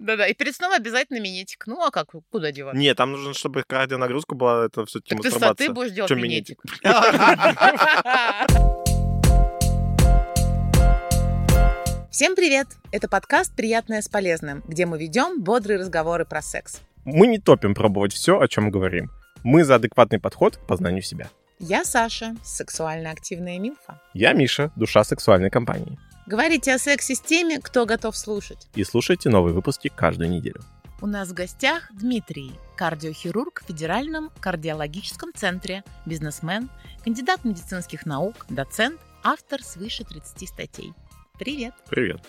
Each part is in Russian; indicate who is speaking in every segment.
Speaker 1: Да-да, и перед сном обязательно минетик. Ну, а как, куда деваться?
Speaker 2: Не, там нужно, чтобы кардионагрузка была, это все-таки
Speaker 1: Так ты с
Speaker 2: мастурбация.
Speaker 1: соты будешь делать
Speaker 2: Чё
Speaker 1: минетик. Всем привет! Это подкаст «Приятное с полезным», где мы ведем бодрые разговоры про секс.
Speaker 2: Мы не топим пробовать все, о чем говорим. Мы за адекватный подход к познанию себя.
Speaker 1: Я Саша, сексуально активная милфа.
Speaker 2: Я Миша, душа сексуальной компании.
Speaker 1: Говорите о сексе с теми, кто готов слушать.
Speaker 2: И слушайте новые выпуски каждую неделю.
Speaker 1: У нас в гостях Дмитрий, кардиохирург в Федеральном кардиологическом центре, бизнесмен, кандидат медицинских наук, доцент, автор свыше 30 статей. Привет!
Speaker 2: Привет.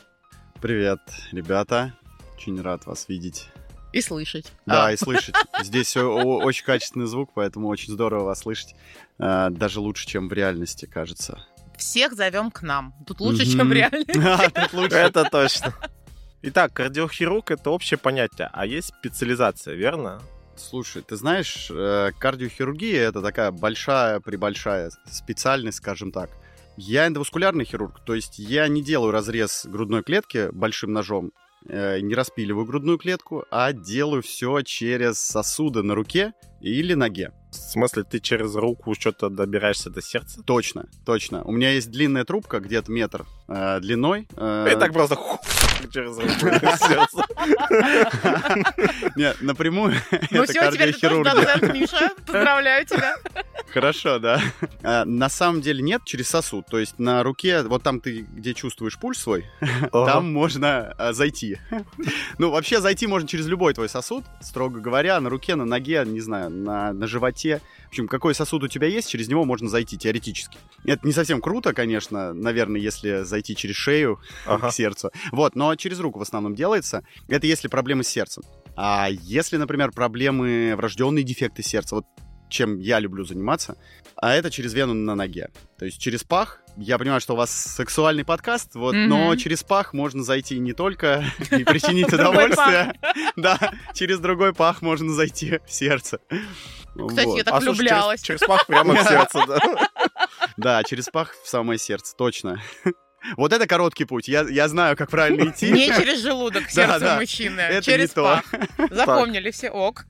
Speaker 3: Привет, ребята. Очень рад вас видеть.
Speaker 1: И слышать.
Speaker 3: Да, и слышать. Здесь о- о- очень качественный звук, поэтому очень здорово вас слышать. Э, Даже лучше, чем в реальности, кажется.
Speaker 1: Всех зовем к нам. Тут лучше,
Speaker 3: Мгм.
Speaker 1: чем реально. Ну,
Speaker 3: А, тут лучше.
Speaker 2: Это точно. Итак, кардиохирург — это общее понятие, а есть специализация, верно?
Speaker 3: Слушай, ты знаешь, э, кардиохирургия это такая большая-пребольшая специальность, скажем так. Я эндоваскулярный хирург, то есть я не делаю разрез грудной клетки большим ножом, э, не распиливаю грудную клетку, а делаю все через сосуды на руке или ноге.
Speaker 2: В смысле, ты через руку что-то добираешься до сердца?
Speaker 3: Точно, точно. У меня есть длинная трубка, где-то метр э, длиной. э,
Speaker 2: И так просто ху- через руку до сердца.
Speaker 3: не, напрямую.
Speaker 1: Ну
Speaker 3: это
Speaker 1: все, теперь ты тоже
Speaker 3: кардиохирургия.
Speaker 1: доцент, Миша. Поздравляю тебя.
Speaker 3: Хорошо, да. Э, На самом деле нет, через сосуд. То есть на руке, вот там ты, где чувствуешь пульс свой, там можно э, зайти. Ну, вообще зайти можно через любой твой сосуд, строго говоря, на руке, на ноге, не знаю, на, на животе. В общем, какой сосуд у тебя есть, через него можно зайти теоретически. Это не совсем круто, конечно, наверное, если зайти через шею,
Speaker 2: Ага.
Speaker 3: к сердцу. Вот, но через руку в основном делается. Это если проблемы с сердцем. А если, например, проблемы, врожденные дефекты сердца, вот чем я люблю заниматься, а это через вену на ноге. То есть через пах. Я понимаю, что у вас сексуальный подкаст, вот,
Speaker 1: Мгм.
Speaker 3: но через пах можно зайти не только и причинить
Speaker 1: Другой
Speaker 3: удовольствие, да, через другой пах можно зайти в сердце.
Speaker 1: Кстати,
Speaker 3: Вот.
Speaker 1: я так
Speaker 2: А, слушай, через-
Speaker 1: влюблялась.
Speaker 2: Через пах прямо в сердце, да.
Speaker 3: Да, через пах в самое сердце, точно. Вот это короткий путь. Я, я знаю, как правильно идти.
Speaker 1: Не через желудок, сердце
Speaker 3: да.
Speaker 1: мужчины. а
Speaker 3: Это
Speaker 1: Через
Speaker 3: не то.
Speaker 1: пах. Запомнили все, ок.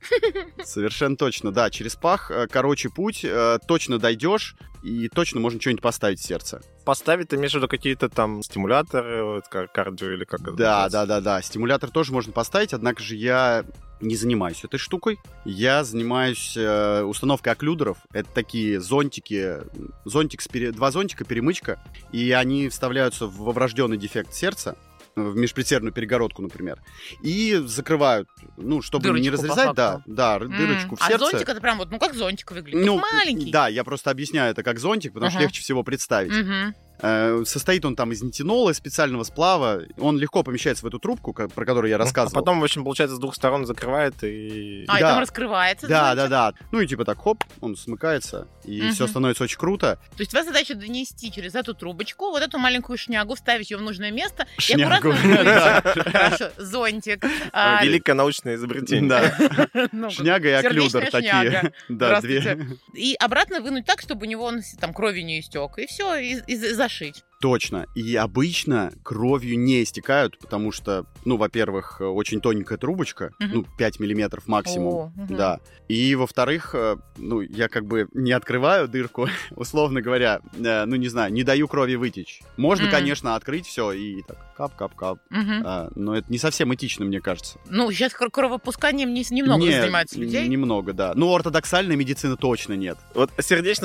Speaker 3: Совершенно точно, да, через пах, э, короче путь, э, точно дойдешь и точно можно что-нибудь поставить в сердце.
Speaker 2: Поставить ты между какие-то там стимуляторы, вот, кар- кардио или как это
Speaker 3: Да,
Speaker 2: называется?
Speaker 3: да, да, да, стимулятор тоже можно поставить, однако же я не занимаюсь этой штукой. Я занимаюсь э, установкой оклюдеров. Это такие зонтики, зонтик, с пере- два зонтика, перемычка, и они вставляются во врожденный дефект сердца, э, в межпредсердную перегородку, например, и закрывают, ну, чтобы не
Speaker 1: Дырочку по
Speaker 3: разрезать, да,
Speaker 1: факту.
Speaker 3: да, р- дырочку
Speaker 1: М,
Speaker 3: в сердце.
Speaker 1: А зонтик это прям вот, ну как зонтик выглядит? Ну, маленький.
Speaker 3: Да, я просто объясняю это как зонтик, потому что
Speaker 1: Ага.
Speaker 3: легче всего представить.
Speaker 1: Мгм.
Speaker 3: Э, Состоит он там из нитинола, из специального сплава. Он легко помещается в эту трубку, ко- про которую я
Speaker 2: А
Speaker 3: рассказывал.
Speaker 2: потом, в общем, получается, с двух сторон закрывает и...
Speaker 1: А, и
Speaker 3: Да.
Speaker 1: там раскрывается.
Speaker 3: Да,
Speaker 1: зонтик?
Speaker 3: да, да. Ну и типа так, хоп, он смыкается, и
Speaker 1: Мгм.
Speaker 3: все становится очень круто.
Speaker 1: То есть твоя задача донести через эту трубочку вот эту маленькую шнягу, вставить ее в нужное место
Speaker 3: Шнягу.
Speaker 1: и аккуратно вынуть. Хорошо, зонтик. а,
Speaker 2: э, Великое научное изобретение.
Speaker 3: Да.
Speaker 1: ну, как-
Speaker 3: Шняга
Speaker 1: сердечная
Speaker 3: и оклюдер такие.
Speaker 1: шняга.
Speaker 3: Да, две.
Speaker 1: Здравствуйте. И обратно вынуть так, чтобы у него он с- там кровью не истек. И все, и, и за- зашить.
Speaker 3: Точно. И обычно кровью не истекают, потому что, ну, во-первых, очень тоненькая трубочка,
Speaker 1: Мгм.
Speaker 3: ну, 5 миллиметров максимум.
Speaker 1: О, мгм.
Speaker 3: Да. И во-вторых, э, ну, я как бы не открываю дырку, условно говоря, э, ну, не знаю, не даю крови вытечь. Можно,
Speaker 1: Мгм.
Speaker 3: конечно, открыть все и так кап-кап-кап,
Speaker 1: Мгм.
Speaker 3: а, но это не совсем этично, мне кажется.
Speaker 1: Ну, сейчас кровопусканием не- немного
Speaker 3: Не,
Speaker 1: занимаются людей.
Speaker 3: Немного, да. Ну, ортодоксальной медицины точно нет.
Speaker 2: Вот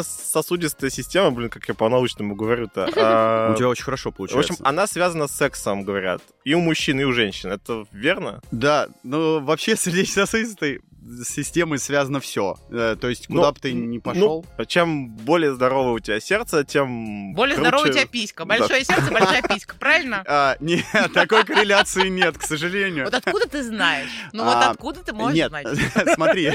Speaker 2: сердечно-сосудистая система, блин, как я по-научному говорю-то. а,
Speaker 3: У тебя очень хорошо
Speaker 2: В
Speaker 3: получается.
Speaker 2: общем, она связана с сексом, говорят. И у мужчин, и у женщин. Это верно?
Speaker 3: Да, ну, вообще с сердечно-сосудистой системой связано все. То есть, куда
Speaker 2: Но-
Speaker 3: бы ты ни
Speaker 2: ну,
Speaker 3: пошел...
Speaker 2: Чем более здоровое у тебя сердце, тем...
Speaker 1: Более
Speaker 2: круче-
Speaker 1: здоровая у тебя писька.
Speaker 2: Да.
Speaker 1: Большое сердце, большая писька, правильно?
Speaker 3: А, нет, такой корреляции нет, к сожалению.
Speaker 1: Вот откуда ты знаешь? Ну вот
Speaker 3: А,
Speaker 1: откуда ты можешь
Speaker 3: нет,
Speaker 1: знать?
Speaker 3: смотри,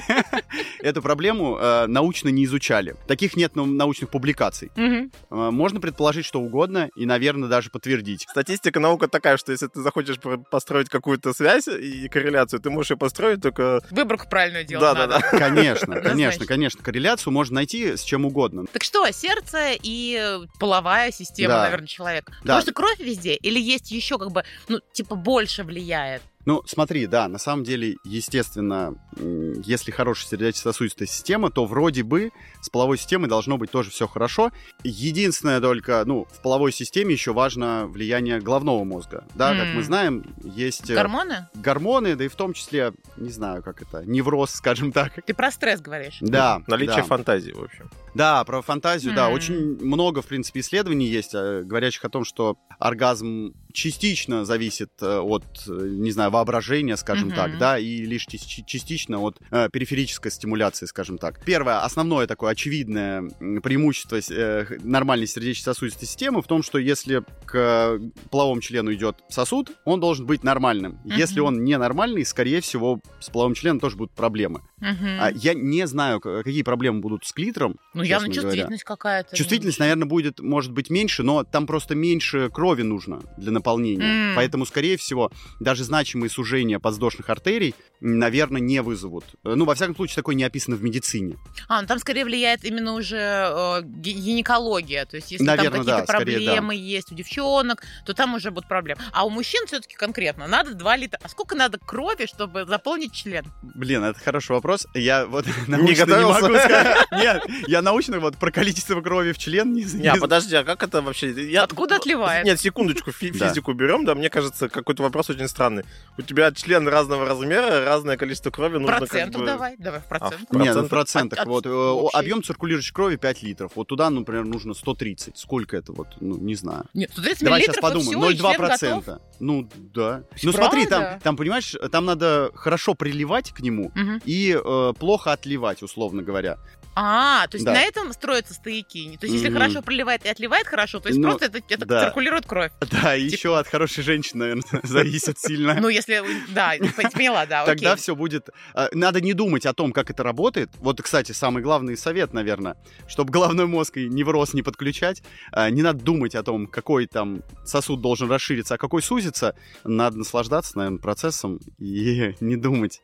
Speaker 3: эту проблему э, научно не изучали. Таких нет ну, научных публикаций.
Speaker 1: Мгм.
Speaker 3: Э, Можно предположить что угодно и, наверное, даже подтвердить.
Speaker 2: Статистика наука такая, что если ты захочешь про- построить какую-то связь и корреляцию, ты можешь ее построить только...
Speaker 1: Выборку правильную делать
Speaker 2: Да, да,
Speaker 1: надо.
Speaker 2: да.
Speaker 3: Конечно,
Speaker 1: Однозначно.
Speaker 3: конечно, конечно. Корреляцию можно найти с чем угодно.
Speaker 1: Так что, сердце и э, половая система,
Speaker 3: Да.
Speaker 1: наверное, человека.
Speaker 3: Да.
Speaker 1: Потому что кровь везде или есть еще как бы, ну, типа, больше влияет?
Speaker 3: Ну, смотри, да, на самом деле, естественно, м, если хорошая сердечно-сосудистая система, то вроде бы с половой системой должно быть тоже все хорошо. Единственное только, ну, в половой системе еще важно влияние головного мозга. Да, как мы
Speaker 1: М.
Speaker 3: знаем, есть э,
Speaker 1: Гормоны?
Speaker 3: гормоны, да и в том числе, не знаю, как это, невроз, скажем так.
Speaker 1: Ты про стресс говоришь.
Speaker 3: Да.
Speaker 2: Наличие
Speaker 3: да.
Speaker 2: фантазии, в общем.
Speaker 3: Да, про фантазию, да.
Speaker 1: М.
Speaker 3: Очень много, в принципе, исследований есть, э, говорящих о том, что оргазм частично зависит э, от, э, не знаю, воображения, скажем
Speaker 1: Мгм.
Speaker 3: так, да, и лишь чис- чи- частично от э, периферической стимуляции, скажем так. Первое, основное такое очевидное м, преимущество э, х- нормальной сердечно-сосудистой системы в том, что если к э, половому члену идет сосуд, он должен быть нормальным. Если
Speaker 1: Мгм.
Speaker 3: он ненормальный, скорее всего, с половым членом тоже будут проблемы.
Speaker 1: Мгм.
Speaker 3: А, я не знаю, к- какие проблемы будут с клитором.
Speaker 1: ну,
Speaker 3: честно
Speaker 1: явно
Speaker 3: говоря.
Speaker 1: чувствительность какая-то. ну.
Speaker 3: Чувствительность, наверное, будет, может быть, меньше, но там просто меньше крови нужно для наполнения.
Speaker 1: М.
Speaker 3: Поэтому, скорее всего, даже значимые сужения подвздошных артерий, м, наверное, не вызовут. Э, Ну, во всяком случае, такое не описано в медицине.
Speaker 1: А, ну там скорее влияет именно уже э, ге- гинекология. То есть, если
Speaker 3: Наверно,
Speaker 1: там какие-то
Speaker 3: да, скорее, да.
Speaker 1: проблемы есть у девчонок, то там уже будут проблемы. А у мужчин все-таки конкретно надо 2 литра. А сколько надо крови, чтобы заполнить член?
Speaker 3: Блин, это хороший вопрос. Я вот
Speaker 2: научно не готовился? могу
Speaker 3: сказать. Нет, я научно вот про количество крови в член не
Speaker 2: Не, а подожди, а как это вообще? Я-
Speaker 1: Откуда отливает?
Speaker 2: Нет, секундочку, фи-
Speaker 3: Да.
Speaker 2: физику берем, да, мне кажется, какой-то вопрос очень странный. У тебя член разного размера, разное количество крови нужно как
Speaker 1: Процентов
Speaker 2: бы-
Speaker 1: давай. Давай в
Speaker 2: А,
Speaker 1: процент.
Speaker 2: в
Speaker 3: Не, ну, в
Speaker 2: процентах?
Speaker 3: процентах.
Speaker 1: От- от
Speaker 3: вот, э,
Speaker 1: общей.
Speaker 3: объем циркулирующей крови 5 литров. Вот туда, например, нужно 130. Сколько это? Вот, ну, не знаю.
Speaker 1: Нет, 130
Speaker 3: Давай сейчас
Speaker 1: миллилитров, вот
Speaker 3: подумаем.
Speaker 1: всё, и член
Speaker 3: 0,2
Speaker 1: готов.
Speaker 3: процента. Ну, да. Ну,
Speaker 1: Правда?
Speaker 3: смотри, там, там, понимаешь, там надо хорошо приливать к нему
Speaker 1: Мгм.
Speaker 3: и э, плохо отливать, условно говоря.
Speaker 1: А, то есть
Speaker 3: Да.
Speaker 1: на этом строятся стояки. То есть, если
Speaker 3: Мгм.
Speaker 1: хорошо проливает и отливает хорошо, то есть
Speaker 3: Ну,
Speaker 1: просто это, это
Speaker 3: да.
Speaker 1: циркулирует кровь.
Speaker 3: Да, и еще от хорошей женщины, наверное, зависит сильно.
Speaker 1: Ну, если. Да, поняла, да, А, окей.
Speaker 3: Тогда все будет... э, Надо не думать о том, как это работает. Вот, кстати, самый главный совет, наверное, чтобы головной мозг и невроз не подключать, э, не надо думать о том, какой там сосуд должен расшириться, а какой сузится. Надо наслаждаться, наверное, процессом и не думать.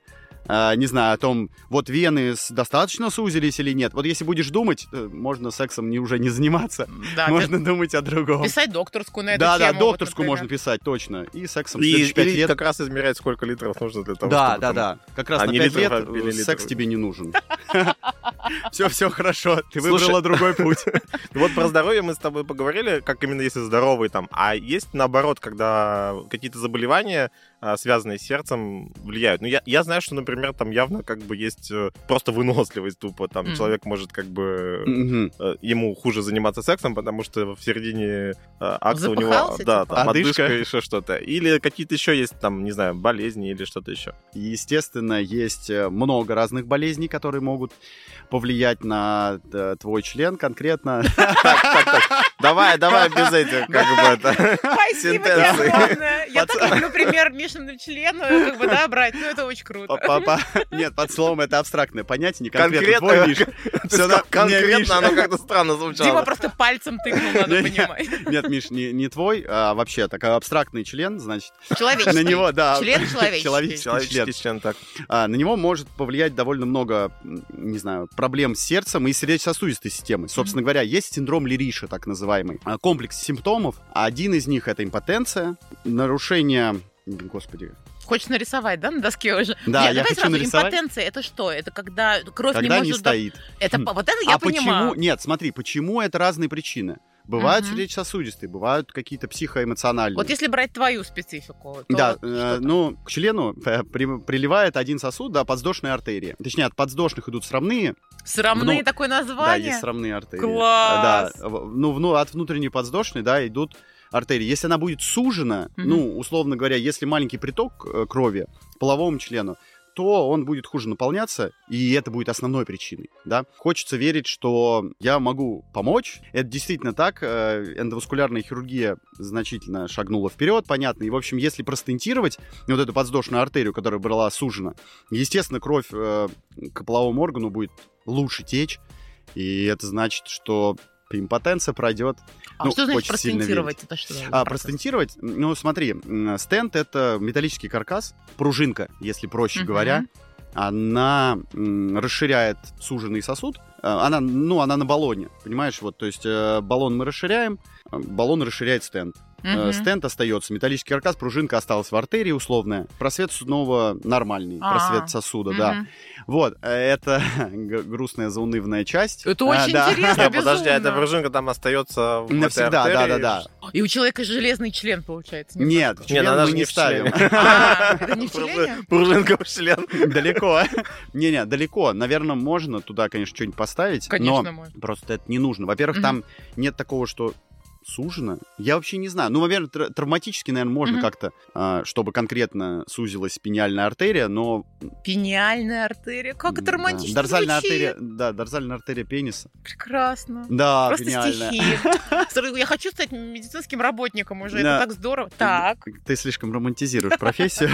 Speaker 3: э, не знаю, о том, вот вены с- достаточно сузились или нет. Вот если будешь думать, э, можно сексом не, уже не заниматься.
Speaker 1: Да,
Speaker 3: можно думать о другом.
Speaker 1: Писать докторскую на эту
Speaker 3: Да, да,
Speaker 1: тему. вот,
Speaker 3: докторскую
Speaker 1: например.
Speaker 3: можно писать, точно. И сексом
Speaker 2: И,
Speaker 3: следующие пять
Speaker 2: или
Speaker 3: лет
Speaker 2: как раз измерять, сколько литров нужно для того,
Speaker 3: да,
Speaker 2: чтобы...
Speaker 3: да,
Speaker 2: там-
Speaker 3: да. Как раз
Speaker 2: А
Speaker 3: на
Speaker 2: не
Speaker 3: 5 лет
Speaker 2: литров, а
Speaker 3: э,
Speaker 2: миллилитров.
Speaker 3: секс тебе не нужен. Все, все хорошо. Ты
Speaker 2: Слушай.
Speaker 3: выбрала другой путь.
Speaker 2: Вот про здоровье мы с тобой поговорили, как именно если здоровый там. А есть наоборот, когда какие-то заболевания, а, связанные с сердцем, влияют. Ну, я, я знаю, что, например, там явно как бы есть э, просто выносливость тупо. Там
Speaker 1: Мгм.
Speaker 2: человек может как бы...
Speaker 3: Мгм.
Speaker 2: э, Ему хуже заниматься сексом, потому что в середине э, акта у него
Speaker 1: Запыхался,
Speaker 2: да,
Speaker 1: типа?
Speaker 2: там,
Speaker 3: Одышка.
Speaker 2: одышка, еще что-то. Или какие-то еще есть, там, не знаю, болезни или что-то еще.
Speaker 3: Естественно, есть э, много разных болезней, которые могут повлиять на э, твой член конкретно.
Speaker 2: Давай, давай без этих, Э, как бы это.
Speaker 1: Спасибо тебе
Speaker 2: Синтезы.
Speaker 1: огромное. Я
Speaker 3: Пац-
Speaker 1: так люблю пример Мишиным члену, как бы, да, брать. Ну, это очень круто.
Speaker 3: Па-па-па. Нет, под словом это абстрактное понятие, не конкретно
Speaker 2: Конкретно.
Speaker 3: твой, Миш. Всё, да, мне Миша.
Speaker 2: Конкретно оно как-то странно
Speaker 1: Дима
Speaker 2: звучало.
Speaker 1: просто пальцем тыкнул, надо
Speaker 3: Не-не.
Speaker 1: понимать.
Speaker 3: Нет, Миш, не не твой, а вообще такой абстрактный член, значит, на
Speaker 1: Человеческий.
Speaker 3: него, да,
Speaker 1: Член человеческий.
Speaker 3: Человеческий.
Speaker 2: Человеческий член так.
Speaker 3: А, на него может повлиять довольно много, м, не знаю, проблем с сердцем и сердечно-сосудистой системой. Собственно говоря, есть синдром Лериша, так называемый. А, Комплекс симптомов. А Один из них — это импотенция, нарушение... Блин, Господи.
Speaker 1: Хочешь нарисовать, да, на доске уже?
Speaker 3: Да,
Speaker 1: Нет,
Speaker 3: я
Speaker 1: давай
Speaker 3: хочу
Speaker 1: сразу,
Speaker 3: нарисовать.
Speaker 1: Импотенция это что? Это когда кровь не
Speaker 3: Когда
Speaker 1: может...
Speaker 3: не
Speaker 1: доп-
Speaker 3: стоит.
Speaker 1: Это, по- вот это я
Speaker 3: а
Speaker 1: понимаю.
Speaker 3: почему? Нет, смотри, почему это разные причины? Бывают
Speaker 1: Мгм.
Speaker 3: сердечно-сосудистые, бывают какие-то психоэмоциональные.
Speaker 1: Вот если брать твою специфику, то
Speaker 3: Да,
Speaker 1: вот
Speaker 3: э,
Speaker 1: что-то.
Speaker 3: ну, к члену э, при- приливает один сосуд, да, подвздошной артерии. Точнее, от подвздошных идут срамные,
Speaker 1: Срамные
Speaker 3: ну,
Speaker 1: такое
Speaker 3: Да,
Speaker 1: название.
Speaker 3: есть срамные артерии.
Speaker 1: Класс!
Speaker 3: Да, в- ну, вну- от внутренней подвздошной, да, идут артерии. Если она будет сужена,
Speaker 1: Мгм.
Speaker 3: ну, условно говоря, если маленький приток э, крови к половому члену, то он будет хуже наполняться, и это будет основной причиной, да. Хочется верить, что я могу помочь. Это действительно так. э, Эндоваскулярная хирургия значительно шагнула вперед, понятно. И, в общем, если простентировать вот эту подвздошную артерию, которая была сужена, естественно, кровь э, к половому органу будет лучше течь, и это значит, что импотенция пройдет.
Speaker 1: а
Speaker 3: ну,
Speaker 1: что значит
Speaker 3: очень сильно
Speaker 1: простентировать? Это что? за процесс?
Speaker 3: А простентировать, ну смотри, м, стенд это металлический каркас, пружинка, если проще
Speaker 1: Мгм.
Speaker 3: говоря, она м, расширяет суженный сосуд. Э, Она, ну, она на баллоне, понимаешь, вот, то есть э, баллон мы расширяем, э, баллон расширяет стенд. Э, Стенд остается, металлический каркас, пружинка осталась в артерии условная. Просвет снова нормальный,
Speaker 1: А.
Speaker 3: просвет сосуда, да.
Speaker 1: Мгм.
Speaker 3: Вот, э, это г- грустная заунывная часть.
Speaker 1: Это
Speaker 3: А,
Speaker 1: очень
Speaker 3: да.
Speaker 1: интересно,
Speaker 2: Не, подожди, а эта
Speaker 1: безумно.
Speaker 2: пружинка там остается в этой
Speaker 3: Навсегда, да, да,
Speaker 2: артерии?
Speaker 3: да.
Speaker 1: И у человека железный член получается. не
Speaker 3: Нет,
Speaker 1: просто-
Speaker 2: Не,
Speaker 3: член
Speaker 2: она
Speaker 3: мы
Speaker 2: же
Speaker 3: не
Speaker 2: не в члене.
Speaker 3: ставим.
Speaker 1: А, это не в члене?
Speaker 2: Пружин- Пружинка в член.
Speaker 3: Далеко. Не-не, далеко. Наверное, можно туда, конечно, что-нибудь поставить.
Speaker 1: Конечно,
Speaker 3: но
Speaker 1: можно.
Speaker 3: просто это не нужно. Во-первых,
Speaker 1: Мгм.
Speaker 3: там нет такого, что сужено. Я вообще не знаю. Ну, наверное, тр- травматически, наверное, можно
Speaker 1: Мгм.
Speaker 3: как-то, а, чтобы конкретно сузилась пениальная артерия, но...
Speaker 1: Пениальная артерия. Как это
Speaker 3: м, да.
Speaker 1: романтично
Speaker 3: Дорзальная
Speaker 1: звучит.
Speaker 3: артерия... Да, дорзальная артерия пениса.
Speaker 1: Прекрасно.
Speaker 3: Да,
Speaker 1: Просто
Speaker 3: пениальная.
Speaker 1: стихи. Сразу Я хочу стать медицинским работником уже.
Speaker 3: Да.
Speaker 1: Это так здорово. Так.
Speaker 3: Ты слишком романтизируешь профессию.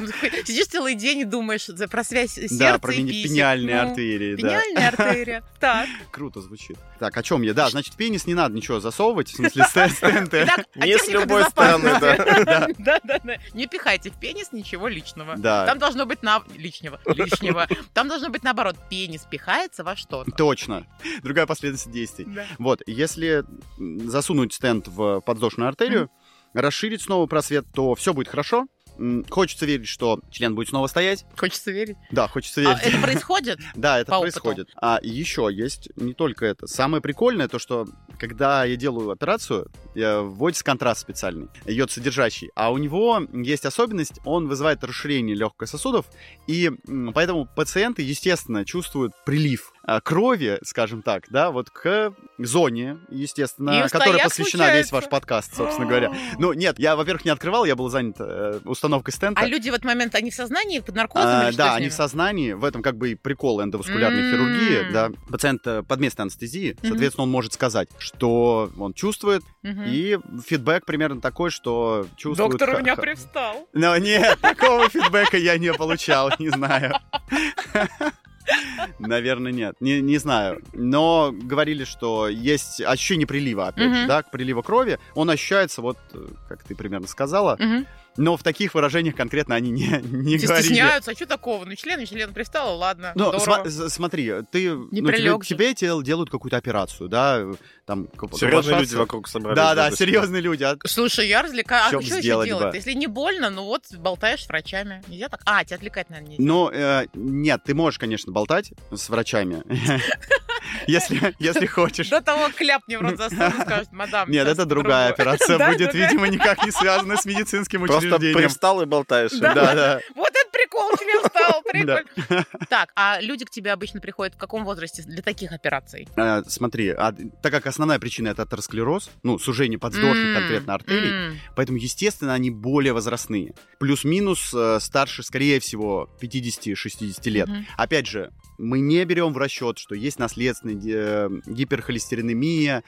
Speaker 1: Ну, такой Сидишь целый день и думаешь за- про связь сердца
Speaker 3: Да, про
Speaker 1: и
Speaker 3: пени-
Speaker 1: писек.
Speaker 3: пениальные
Speaker 1: Ну,
Speaker 3: артерии. да.
Speaker 1: Пениальная артерия. Так.
Speaker 3: Круто звучит. Так, о чем я? Да, значит, пенис не надо ничего засовывать, в смысле, ст- стенты.
Speaker 1: Итак, о
Speaker 2: Не с
Speaker 1: техниках
Speaker 2: любой стороны,
Speaker 1: безопасности.
Speaker 2: да.
Speaker 3: Да.
Speaker 1: Да, да, да. Не пихайте в пенис ничего личного.
Speaker 3: Да.
Speaker 1: Там должно быть на... лишнего, лишнего. Там должно быть наоборот, пенис пихается во что-то.
Speaker 3: Точно. Другая последовательность действий.
Speaker 1: Да.
Speaker 3: Вот, если м, засунуть стенд в подвздошную артерию, расширить снова просвет, то все будет хорошо. М, Хочется верить, что член будет снова стоять.
Speaker 1: Хочется верить.
Speaker 3: Да, хочется
Speaker 1: А
Speaker 3: верить.
Speaker 1: это происходит?
Speaker 3: Да, это
Speaker 1: по опыту.
Speaker 3: происходит. А еще есть не только это. Самое прикольное то, что когда я делаю операцию, я- вводится контраст специальный, йод содержащий. А у него есть особенность, он вызывает расширение легких сосудов, и м, поэтому пациенты, естественно, чувствуют прилив а, крови, скажем так, да, вот к зоне, естественно,
Speaker 1: И
Speaker 3: которая
Speaker 1: стояк
Speaker 3: посвящена весь
Speaker 1: случается.
Speaker 3: ваш подкаст, собственно говоря. Ну, нет, я, во-первых, не открывал, я был занят э, установкой стента.
Speaker 1: А люди в этот момент, они в сознании, под наркозом?
Speaker 3: А,
Speaker 1: или что
Speaker 3: да,
Speaker 1: с
Speaker 3: они
Speaker 1: ними? М-м.
Speaker 3: в сознании. В этом как бы и прикол эндоваскулярной
Speaker 1: М.
Speaker 3: хирургии. Да. Пациент э, под местной анестезии, соответственно, он может сказать, что он чувствует.
Speaker 1: Мгм.
Speaker 3: И фидбэк примерно такой, что чувствует...
Speaker 1: Доктор у
Speaker 3: ха-
Speaker 1: меня
Speaker 3: ха-
Speaker 1: привстал.
Speaker 3: Ну нет, такого фидбэка я не получал, не знаю. Наверное, нет. Не, не знаю. Но говорили, что есть ощущение прилива, опять же,
Speaker 1: Мгм.
Speaker 3: да, к прилива крови. Он ощущается, вот, э, как ты примерно сказала,
Speaker 1: Мгм.
Speaker 3: но в таких выражениях конкретно они не, не
Speaker 1: Все
Speaker 3: говорили.
Speaker 1: стесняются, а что такого? Ну, член, и член пристал, ладно,
Speaker 3: Ну,
Speaker 1: здорово.
Speaker 3: сма- с- смотри, ты, ну, тебе-
Speaker 1: прилёг же.
Speaker 3: тебе, дел- делают какую-то операцию, да, э, там куп-
Speaker 2: Серьезные
Speaker 3: купошаться.
Speaker 2: люди вокруг собрались.
Speaker 3: Да, да,
Speaker 2: точно.
Speaker 3: серьезные люди. а-
Speaker 1: Слушай, я развлекаю. А
Speaker 3: В чём
Speaker 1: что еще
Speaker 3: сделать бы?
Speaker 1: делать? Если не больно, ну вот болтаешь с врачами. Нельзя так? А, тебя отвлекать, наверное, нельзя.
Speaker 3: Ну, э, нет, ты можешь, конечно, болтать с врачами, если, если хочешь.
Speaker 1: До того кляп не в рот засунут, скажет, мадам.
Speaker 3: Нет,
Speaker 1: сейчас
Speaker 3: это другая
Speaker 1: другое».
Speaker 3: операция
Speaker 1: Да,
Speaker 3: будет,
Speaker 1: другая.
Speaker 3: видимо, никак не связана с медицинским
Speaker 2: Просто
Speaker 3: учреждением.
Speaker 2: привстал и болтаешь.
Speaker 1: Да.
Speaker 3: Да, да.
Speaker 1: Вот это прикол, тебе встал,
Speaker 3: Да.
Speaker 1: прикольно. Так, а люди к тебе обычно приходят в каком возрасте для таких операций?
Speaker 3: Э, Смотри, а так как основная причина это атеросклероз, ну, сужение подвздошных
Speaker 1: М,
Speaker 3: конкретно артерий,
Speaker 1: м.
Speaker 3: Поэтому, естественно, они более возрастные. Плюс-минус э, старше, скорее всего, 50-60 лет.
Speaker 1: Мгм.
Speaker 3: Опять же, мы не берем в расчет, что есть наследственная э, гиперхолестеринемия,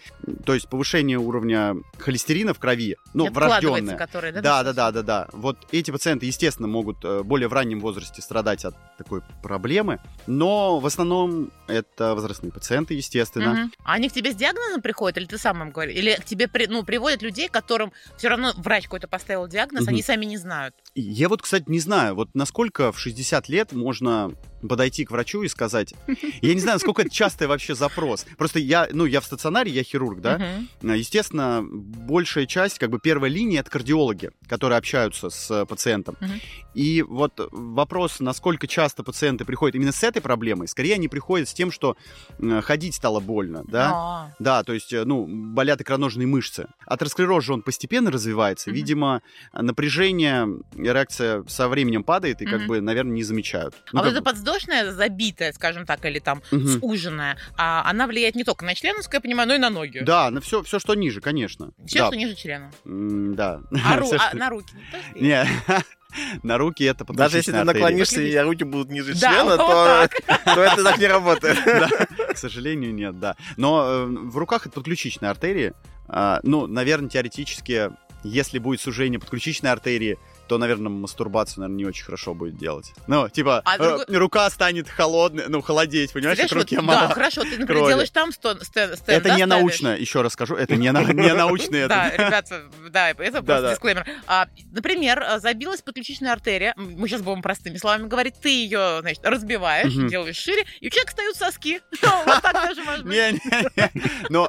Speaker 3: то есть повышение уровня холестерина в крови, ну,
Speaker 1: Это вкладывается,
Speaker 3: врожденное.
Speaker 1: которые, да?
Speaker 3: Да, да, да, да, да. Вот эти пациенты, естественно, могут э, более в раннем возрасте страдать от такой проблемы, но в основном это возрастные пациенты, естественно.
Speaker 1: Мгм. А они к тебе с диагнозом приходят, или ты сам им говоришь? Или к тебе при- ну, приводят людей, которым все равно врач какой-то поставил диагноз,
Speaker 3: Мгм.
Speaker 1: они сами не знают.
Speaker 3: И Я вот, кстати, не знаю, вот насколько в 60 лет можно подойти к врачу и сказать... Я не знаю, насколько это частый вообще запрос. Просто я, ну, я в стационаре, я хирург, да?
Speaker 1: Мгм.
Speaker 3: Естественно, большая часть, как бы первая линия, это кардиологи, которые общаются с э, пациентом.
Speaker 1: Мгм.
Speaker 3: И вот вопрос, насколько часто пациенты приходят именно с этой проблемой, скорее они приходят с тем, что э, ходить стало больно, да?
Speaker 1: А,
Speaker 3: Да, то есть, э, ну, болят икроножные мышцы. Атеросклероз же он постепенно развивается.
Speaker 1: Мгм.
Speaker 3: Видимо, напряжение, эрекция со временем падает и как
Speaker 1: Мгм.
Speaker 3: бы, наверное, не замечают. Ну,
Speaker 1: а вот
Speaker 3: как
Speaker 1: эта подвздошная, забитая, скажем так, или там
Speaker 3: бы. Мгм.
Speaker 1: суженная, а она влияет не только на член, насколько я понимаю, но и на ноги.
Speaker 3: Да, на все, все, что ниже, конечно.
Speaker 1: Все,
Speaker 3: да.
Speaker 1: что ниже члена.
Speaker 3: М, да.
Speaker 1: А, ру-
Speaker 3: Всё,
Speaker 1: а
Speaker 3: что-
Speaker 1: на руки. не тоже?
Speaker 3: Не, на руки это
Speaker 2: Даже если ты
Speaker 3: подключичная артерия.
Speaker 2: наклонишься, и руки будут ниже
Speaker 1: Да,
Speaker 2: члена,
Speaker 1: вот
Speaker 2: то то это так не работает.
Speaker 3: К сожалению, нет, да. Но э, в руках это подключичные артерии. А, ну, наверное, теоретически, если будет сужение подключичной артерии, то, наверное, мастурбацию, наверное, не очень хорошо будет делать. Ну, типа,
Speaker 1: А
Speaker 3: э,
Speaker 1: другой-
Speaker 3: рука станет холодной, ну, холодеть, понимаешь,
Speaker 1: Представляешь,
Speaker 3: к руке
Speaker 1: вот-
Speaker 3: мало.
Speaker 1: Да, хорошо, ты, например,
Speaker 3: крови.
Speaker 1: делаешь там сто- сте- стенд,
Speaker 3: это
Speaker 1: да,
Speaker 3: не
Speaker 1: ставишь?
Speaker 3: научно, еще раз скажу, это не, на- не научно.
Speaker 1: Да,
Speaker 3: Это.
Speaker 1: ребята, да, это просто
Speaker 3: Да-да.
Speaker 1: дисклеймер. А, например, а, забилась подключичная артерия, м, мы сейчас будем простыми словами говорить, ты ее, значит, разбиваешь,
Speaker 3: Мгм.
Speaker 1: делаешь Ну, шире, и у человека встают соски. Вот так даже может быть.
Speaker 3: Не, не, не. Но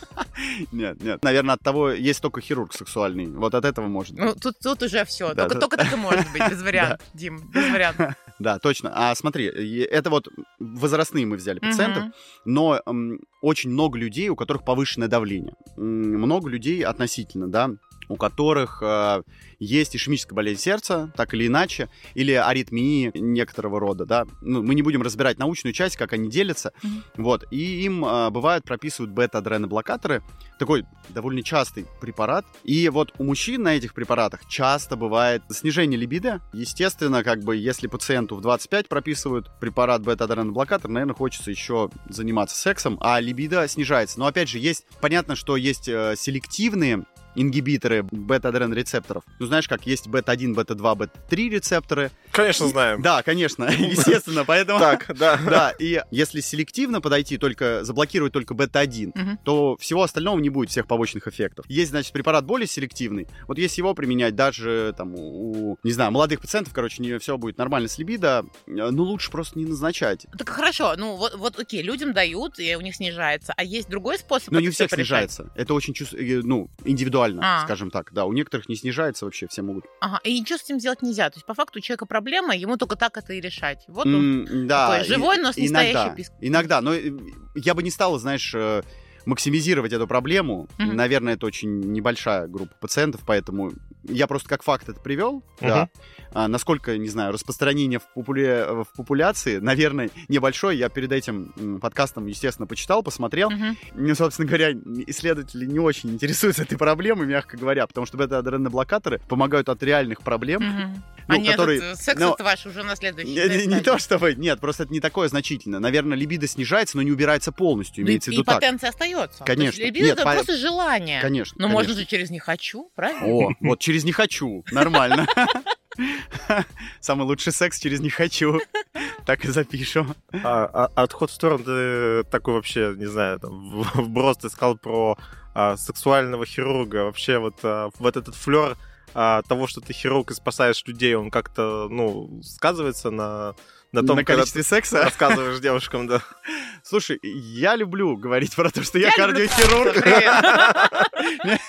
Speaker 3: Нет, нет. Наверное, от того, есть только хирург сексуальный. Вот от этого может
Speaker 1: Ну,
Speaker 3: быть.
Speaker 1: тут, тут уже все.
Speaker 3: Да,
Speaker 1: только,
Speaker 3: да.
Speaker 1: только так и может быть. Без вариантов, Дим. Без вариантов.
Speaker 3: Да, точно. А смотри, и это вот возрастные мы взяли пациентов,
Speaker 1: Мгм.
Speaker 3: но м, очень много людей, у которых повышенное давление. М, Много людей относительно, да, у которых э, есть ишемическая болезнь сердца, так или иначе, или аритмии некоторого рода, да. Ну, мы не будем разбирать научную часть, как они делятся.
Speaker 1: Мгм.
Speaker 3: Вот. И им э, бывает прописывают бета-адреноблокаторы, такой довольно частый препарат. И вот у мужчин на этих препаратах часто бывает снижение либидо. Естественно, как бы если пациенту в 25 прописывают препарат бета-адреноблокатор, наверное, хочется еще заниматься сексом, а либидо снижается. Но опять же, есть понятно, что есть э, селективные ингибиторы бета-адренорецепторов. Ну, знаешь, как есть бета-1, бета-2, бета-3 рецепторы.
Speaker 2: Конечно, знаем.
Speaker 3: Да, конечно, естественно, поэтому...
Speaker 2: Эм. Так, да.
Speaker 3: Да, и если селективно подойти, только заблокировать только бета-1,
Speaker 1: Мгм.
Speaker 3: то всего остального не будет, всех побочных эффектов. Есть, значит, препарат более селективный. Вот если его применять даже там у, не знаю, молодых пациентов, короче, не все будет нормально с либидо, э, ну лучше просто не назначать.
Speaker 1: Так хорошо, ну вот, вот окей, людям дают, и у них снижается. А есть другой способ? это
Speaker 3: Но Ну, не у
Speaker 1: всё
Speaker 3: всех
Speaker 1: порешать?
Speaker 3: снижается. Это очень чувств- э, ну, индивидуально,
Speaker 1: А.
Speaker 3: скажем так. Да, у некоторых не снижается вообще, все могут.
Speaker 1: Ага, и ничего с этим сделать нельзя. То есть, по факту, у человека проблема, ему только так это и решать. Вот он.
Speaker 3: М, Да.
Speaker 1: такой
Speaker 3: и-
Speaker 1: живой, но с
Speaker 3: иногда,
Speaker 1: настоящей пис-
Speaker 3: иногда, но э, я бы не стал, знаешь, э, максимизировать эту проблему.
Speaker 1: Мгм.
Speaker 3: Наверное, это очень небольшая группа пациентов, поэтому я просто как факт это привел. Да. А, насколько, не знаю, распространение в, популе- в популяции, наверное, небольшое. Я перед этим м, подкастом, естественно, почитал, посмотрел.
Speaker 1: Мгм.
Speaker 3: Ну, собственно говоря, исследователи не очень интересуются этой проблемой, мягко говоря, потому что бета-адреноблокаторы помогают от реальных проблем,
Speaker 1: Мгм.
Speaker 3: ну,
Speaker 1: а нет,
Speaker 3: которые-
Speaker 1: этот, э, секс
Speaker 3: ну,
Speaker 1: это ваш уже на следующий
Speaker 3: не, не- не
Speaker 1: стадии.
Speaker 3: то чтобы, нет, просто это не такое значительно. Наверное, либидо снижается, но не убирается полностью,
Speaker 1: Ну,
Speaker 3: имеется в
Speaker 1: и,
Speaker 3: виду так.
Speaker 1: потенция остается.
Speaker 3: Конечно.
Speaker 1: либидо
Speaker 3: Нет,
Speaker 1: это
Speaker 3: по-
Speaker 1: просто желание.
Speaker 3: Конечно,
Speaker 1: Но
Speaker 3: конечно.
Speaker 1: можно же через не хочу, правильно?
Speaker 3: О, вот через «не хочу». Нормально. Самый лучший секс через «не хочу». Так и запишем.
Speaker 2: А, а- отход в сторону ты такой вообще, не знаю, там, в- вброс ты сказал про а, сексуального хирурга. Вообще вот, а, вот этот флер того, что ты хирург и спасаешь людей, он как-то, ну, сказывается на, на том,
Speaker 3: На
Speaker 2: когда
Speaker 3: количестве
Speaker 2: ты
Speaker 3: секса.
Speaker 2: рассказываешь девушкам, да.
Speaker 3: Слушай, я люблю говорить про то, что я
Speaker 1: Я люблю секса,
Speaker 3: кардиохирург.
Speaker 1: привет.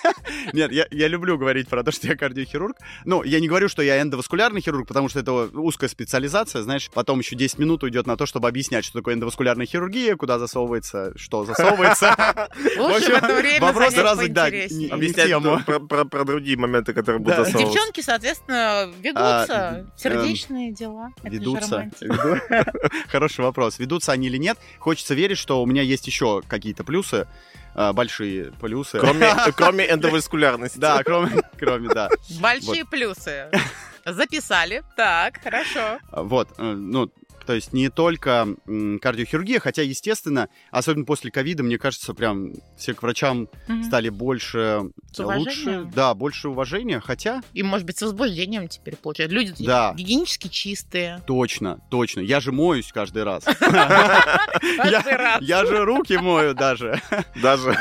Speaker 3: Нет, я, я люблю говорить про то, что я кардиохирург. Ну, я не говорю, что я эндоваскулярный хирург, потому что это узкая специализация, знаешь, потом еще 10 минут уйдет на то, чтобы объяснять, что такое эндоваскулярная хирургия, куда засовывается, что засовывается.
Speaker 1: Лучше в
Speaker 3: общем,
Speaker 1: это время
Speaker 3: вопрос
Speaker 1: занять
Speaker 3: разных, да,
Speaker 1: поинтереснее.
Speaker 3: не- не-
Speaker 2: Объяснять
Speaker 3: тему.
Speaker 2: про, про- про другие моменты, которые будут
Speaker 3: Да.
Speaker 2: засовываться.
Speaker 1: Девчонки, соответственно,
Speaker 3: А,
Speaker 1: ведутся.
Speaker 3: м,
Speaker 1: Сердечные дела. Это же
Speaker 3: Ведутся.
Speaker 1: романтика.
Speaker 3: Веду- Хороший вопрос. Ведутся они или нет? Хочется верить, что у меня есть еще какие-то плюсы, а, большие плюсы.
Speaker 2: Кроме, кроме эндоваскулярности.
Speaker 3: Да, кроме, кроме, да.
Speaker 1: Большие плюсы. Записали. Так, хорошо.
Speaker 3: Вот, э, ну, то есть не только м, кардиохирургия, хотя, естественно, особенно после ковида, мне кажется, прям все к врачам
Speaker 1: Мгм.
Speaker 3: стали больше, э,
Speaker 1: С уважением.
Speaker 3: лучше, да, больше уважения, хотя
Speaker 1: И, может быть, с возбуждением теперь получают. Люди
Speaker 3: Да.
Speaker 1: гигиенически чистые.
Speaker 3: точно, точно, я же моюсь каждый раз,
Speaker 1: Каждый раз.
Speaker 3: я же руки мою даже,
Speaker 2: Даже.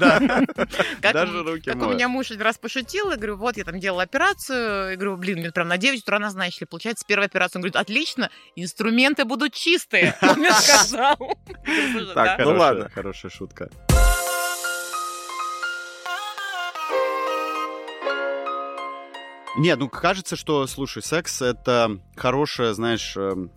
Speaker 3: Да,
Speaker 1: Как-
Speaker 3: даже руки
Speaker 1: Как у
Speaker 3: мою.
Speaker 1: меня муж один раз пошутил, я говорю, вот, я там делала операцию, и говорю, блин, мне прям на 9 утра назначили, получается, первая операция. Он говорит, отлично, инструменты будут чистые, он мне сказал. Я говорю, «Слушай,
Speaker 2: Так,
Speaker 1: да».
Speaker 2: ну
Speaker 3: Хорошая-
Speaker 2: ладно.
Speaker 3: хорошая шутка. Нет, ну кажется, что, слушай, секс это хорошая, знаешь, эм,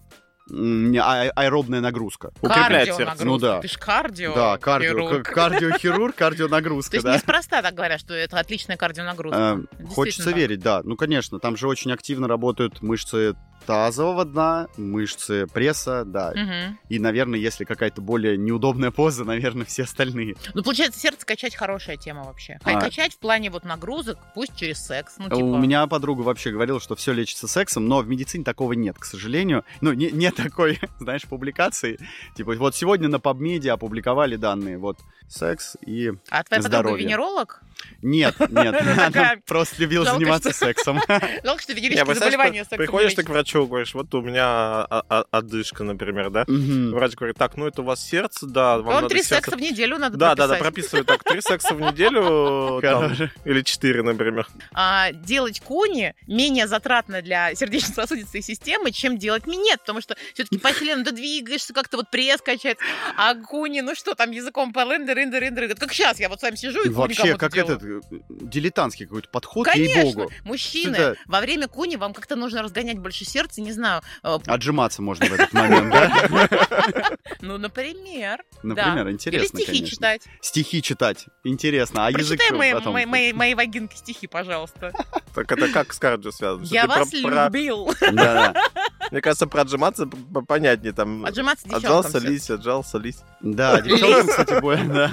Speaker 3: м, а- аэробная нагрузка.
Speaker 2: укрепляет
Speaker 1: Кардио
Speaker 2: сердце.
Speaker 1: нагрузка.
Speaker 3: Ну да.
Speaker 1: Ты ж кардио.
Speaker 3: да, кардио,
Speaker 1: хирург.
Speaker 3: к- кардиохирург,
Speaker 1: То
Speaker 3: кардионагрузка,
Speaker 1: есть
Speaker 3: да.
Speaker 1: неспроста так говорят, что это отличная кардионагрузка.
Speaker 3: Эм, Хочется
Speaker 1: Действительно.
Speaker 3: верить, да. Ну, конечно, там же очень активно работают мышцы тазового дна, мышцы пресса, да.
Speaker 1: Мгм.
Speaker 3: И, наверное, если какая-то более неудобная поза, наверное, все остальные.
Speaker 1: Ну, получается, сердце качать хорошая тема вообще.
Speaker 3: А.
Speaker 1: Качать в плане вот нагрузок, пусть через секс. Ну, типа...
Speaker 3: У меня подруга вообще говорила, что все лечится сексом, но в медицине такого нет, к сожалению. Ну, не, нет такой, знаешь, публикации. Типа, вот сегодня на PubMed опубликовали данные, вот, секс и...
Speaker 1: А твоя подруга
Speaker 3: здоровье.
Speaker 1: венеролог?
Speaker 3: Нет, нет,
Speaker 1: Это
Speaker 3: она
Speaker 1: Ну, такая
Speaker 3: просто любила
Speaker 1: жалко,
Speaker 3: заниматься сексом.
Speaker 1: Жалко, что
Speaker 2: Не,
Speaker 1: венерическое
Speaker 2: представляешь,
Speaker 1: заболевание
Speaker 2: при- приходишь ты к врачу, говоришь, вот у меня а- а- одышка, например, да?
Speaker 3: Мгм.
Speaker 2: Врач говорит, так, ну это у вас сердце, да, вам
Speaker 1: Он
Speaker 2: надо
Speaker 1: три
Speaker 2: сердце
Speaker 1: секса в неделю надо
Speaker 2: Да, да, да,
Speaker 1: прописать.
Speaker 2: прописываю так, три секса в неделю, там,
Speaker 3: Хорошо.
Speaker 2: или четыре, например.
Speaker 1: а, делать кони менее затратно для сердечно-сосудистой системы, чем делать минет, потому что все-таки по члену ты двигаешься, как-то вот пресс качается, а кони, ну что там, языком по рендер, рендер, рендер. Как сейчас, я вот с вами сижу Ну, и кони
Speaker 3: Вообще,
Speaker 1: кому-то
Speaker 3: как
Speaker 1: делаю.
Speaker 3: этот э, дилетантский какой-то подход,
Speaker 1: Конечно,
Speaker 3: ей-богу.
Speaker 1: мужчины,
Speaker 3: Что это?
Speaker 1: во время кони вам как-то нужно разгонять больше сердца, не знаю, э,
Speaker 3: А. Отжиматься можно в этот момент, да?
Speaker 1: ну, например,
Speaker 3: Например, интересно,
Speaker 1: или стихи
Speaker 3: конечно.
Speaker 1: читать.
Speaker 3: Стихи читать. Интересно. А язык
Speaker 1: Прочитай мои,
Speaker 3: потом...
Speaker 1: мои, мои, мои вагинки стихи, пожалуйста.
Speaker 2: Так это как с кардио связано? Что
Speaker 1: Я
Speaker 2: ты про-
Speaker 1: вас
Speaker 2: про-
Speaker 1: любил.
Speaker 3: Да, да.
Speaker 2: Мне кажется, про отжиматься п- п- понятнее, там,
Speaker 1: Отжиматься девчонкам.
Speaker 2: отжался
Speaker 1: всё.
Speaker 2: лись, отжался лись.
Speaker 3: Да, девчонкам, кстати, бо- да.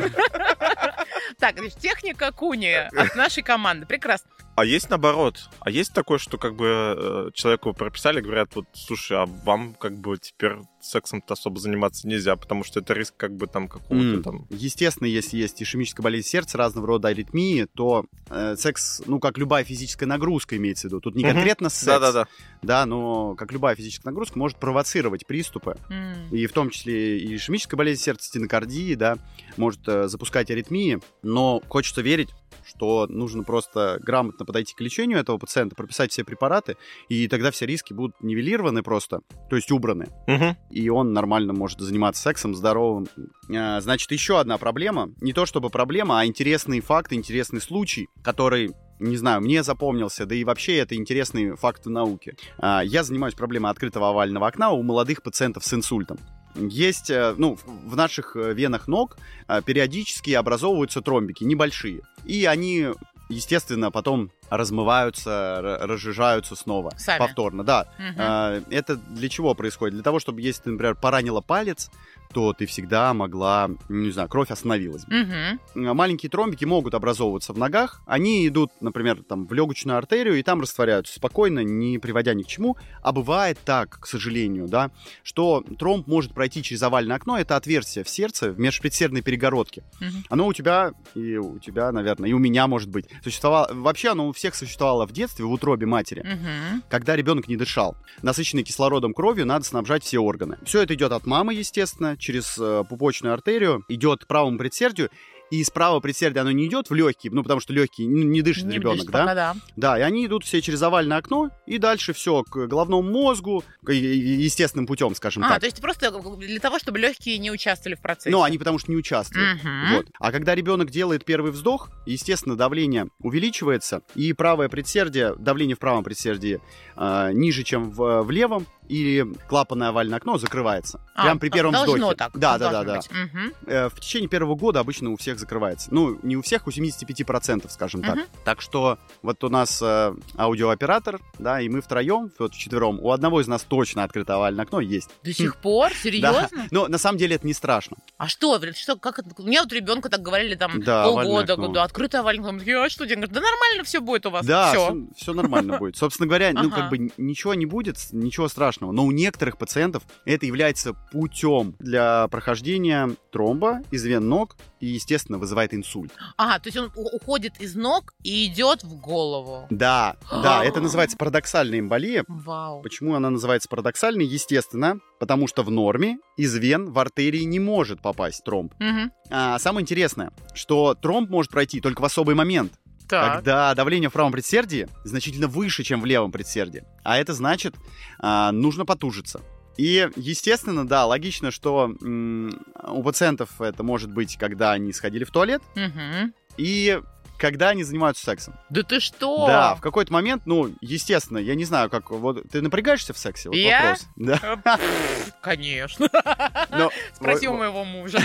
Speaker 1: Так, значит, техника куни от нашей команды. Прекрасно.
Speaker 2: А есть наоборот? А есть такое, что как бы э, человеку прописали, говорят, вот, слушай, а вам как бы теперь сексом-то особо заниматься нельзя, потому что это риск как бы там какого-то
Speaker 3: М.
Speaker 2: там...
Speaker 3: Естественно, если есть ишемическая болезнь сердца, разного рода аритмии, то э, секс, ну, как любая физическая нагрузка имеется в виду. Тут не
Speaker 2: Мгм.
Speaker 3: конкретно секс,
Speaker 2: Да-да-да.
Speaker 3: да, но как любая физическая нагрузка может провоцировать приступы.
Speaker 1: М.
Speaker 3: И в том числе и ишемическая болезнь сердца, стенокардии, да, может э, запускать аритмии, но хочется верить, что нужно просто грамотно подойти к лечению этого пациента, прописать все препараты, и тогда все риски будут нивелированы просто, то есть убраны.
Speaker 2: Мгм.
Speaker 3: И он нормально может заниматься сексом здоровым. Э, Значит, еще одна проблема. Не то чтобы проблема, а интересный факт, интересный случай, который, не знаю, мне запомнился, да и вообще это интересный факт в науке. А, Я занимаюсь проблемой открытого овального окна у молодых пациентов с инсультом. Есть, э, ну, в- в наших э, венах ног э, периодически образовываются тромбики, небольшие. И они, естественно, потом размываются, р- разжижаются снова.
Speaker 1: Сами.
Speaker 3: Повторно, да.
Speaker 1: Мгм.
Speaker 3: А, Это для чего происходит? Для того, чтобы если ты, например, поранила палец, то ты всегда могла, ну, не знаю, кровь остановилась. бы.
Speaker 1: Мгм.
Speaker 3: А, Маленькие тромбики могут образовываться в ногах, они идут, например, там, в легочную артерию и там растворяются спокойно, не приводя ни к чему. А бывает так, к сожалению, да, что тромб может пройти через овальное окно, это отверстие в сердце, в межшприцерной перегородке.
Speaker 1: Мгм.
Speaker 3: Оно у тебя, и у тебя, наверное, и у меня, может быть, существовало... Вообще оно у всех существовало в детстве, в утробе матери
Speaker 1: Мгм.
Speaker 3: когда ребенок не дышал. Насыщенной кислородом кровью надо снабжать все органы. Все это идет от мамы, естественно, через э, пупочную артерию, идет к правому предсердию, и из правого предсердия оно не идет в легкие, ну, потому что легкие не не дышит
Speaker 1: Не
Speaker 3: ребенок,
Speaker 1: дышит
Speaker 3: да?
Speaker 1: пока, да.
Speaker 3: Да, и они идут все через овальное окно, и дальше все к головному мозгу, к- и- и- естественным путем, скажем
Speaker 1: А,
Speaker 3: Ну так.
Speaker 1: то есть просто для того, чтобы легкие не участвовали в процессе.
Speaker 3: Но они потому что не участвуют.
Speaker 1: Мгм.
Speaker 3: Вот. А когда ребенок делает первый вздох, естественно, давление увеличивается, и правое предсердие, давление в правом предсердии э, ниже, чем в, в левом, и клапанное овальное окно закрывается.
Speaker 1: А,
Speaker 3: Прям при
Speaker 1: д-
Speaker 3: первом
Speaker 1: должно
Speaker 3: вздохе.
Speaker 1: так.
Speaker 3: Да, да, да,
Speaker 1: должно
Speaker 3: да.
Speaker 1: быть. Мгм.
Speaker 3: Э, в течение первого года обычно у всех закрывается. Ну, не у всех, у 75%, скажем так.
Speaker 1: Мгм.
Speaker 3: Так что вот у нас э, аудиооператор, да, и мы втроем, вот вчетвером, у одного из нас точно открыто овальное окно есть.
Speaker 1: До сих пор? Серьезно?
Speaker 3: Но на самом деле это не страшно.
Speaker 1: А что, блин, что, как это? У меня вот ребенку так говорили там
Speaker 3: Да, ну. овальное
Speaker 1: полгода,
Speaker 3: окно.
Speaker 1: года, открытое овальное окно. Я, а что, Дин? Говорит, Да нормально все будет у вас.
Speaker 3: Да,
Speaker 1: Всё.
Speaker 3: все, нормально будет. Собственно говоря, ну
Speaker 1: Ага.
Speaker 3: как бы н- ничего не будет, с- ничего страшного. Но у некоторых пациентов это является путем для прохождения тромба из вен ног и, естественно, вызывает инсульт.
Speaker 1: А, то есть он у- уходит из ног и идет в голову.
Speaker 3: Да, да, это называется парадоксальная эмболия.
Speaker 1: Вау.
Speaker 3: Почему она называется парадоксальной? Естественно, потому что в норме из вен в артерии не может попасть тромб.
Speaker 1: Мгм.
Speaker 3: А самое интересное, что тромб может пройти только в особый момент.
Speaker 1: Так.
Speaker 3: когда давление в правом предсердии значительно выше, чем в левом предсердии. А это значит, а, нужно потужиться. И, естественно, да, логично, что м, у пациентов это может быть, когда они сходили в туалет
Speaker 1: Мгм.
Speaker 3: и когда они занимаются сексом.
Speaker 1: Да ты что?
Speaker 3: Да, в какой-то момент, ну, естественно, я не знаю, как... Вот ты напрягаешься в сексе? Вот
Speaker 1: Я?
Speaker 3: вопрос. Да.
Speaker 1: Пф, Конечно.
Speaker 3: Но-
Speaker 1: Спроси у
Speaker 3: во-
Speaker 1: моего мужа.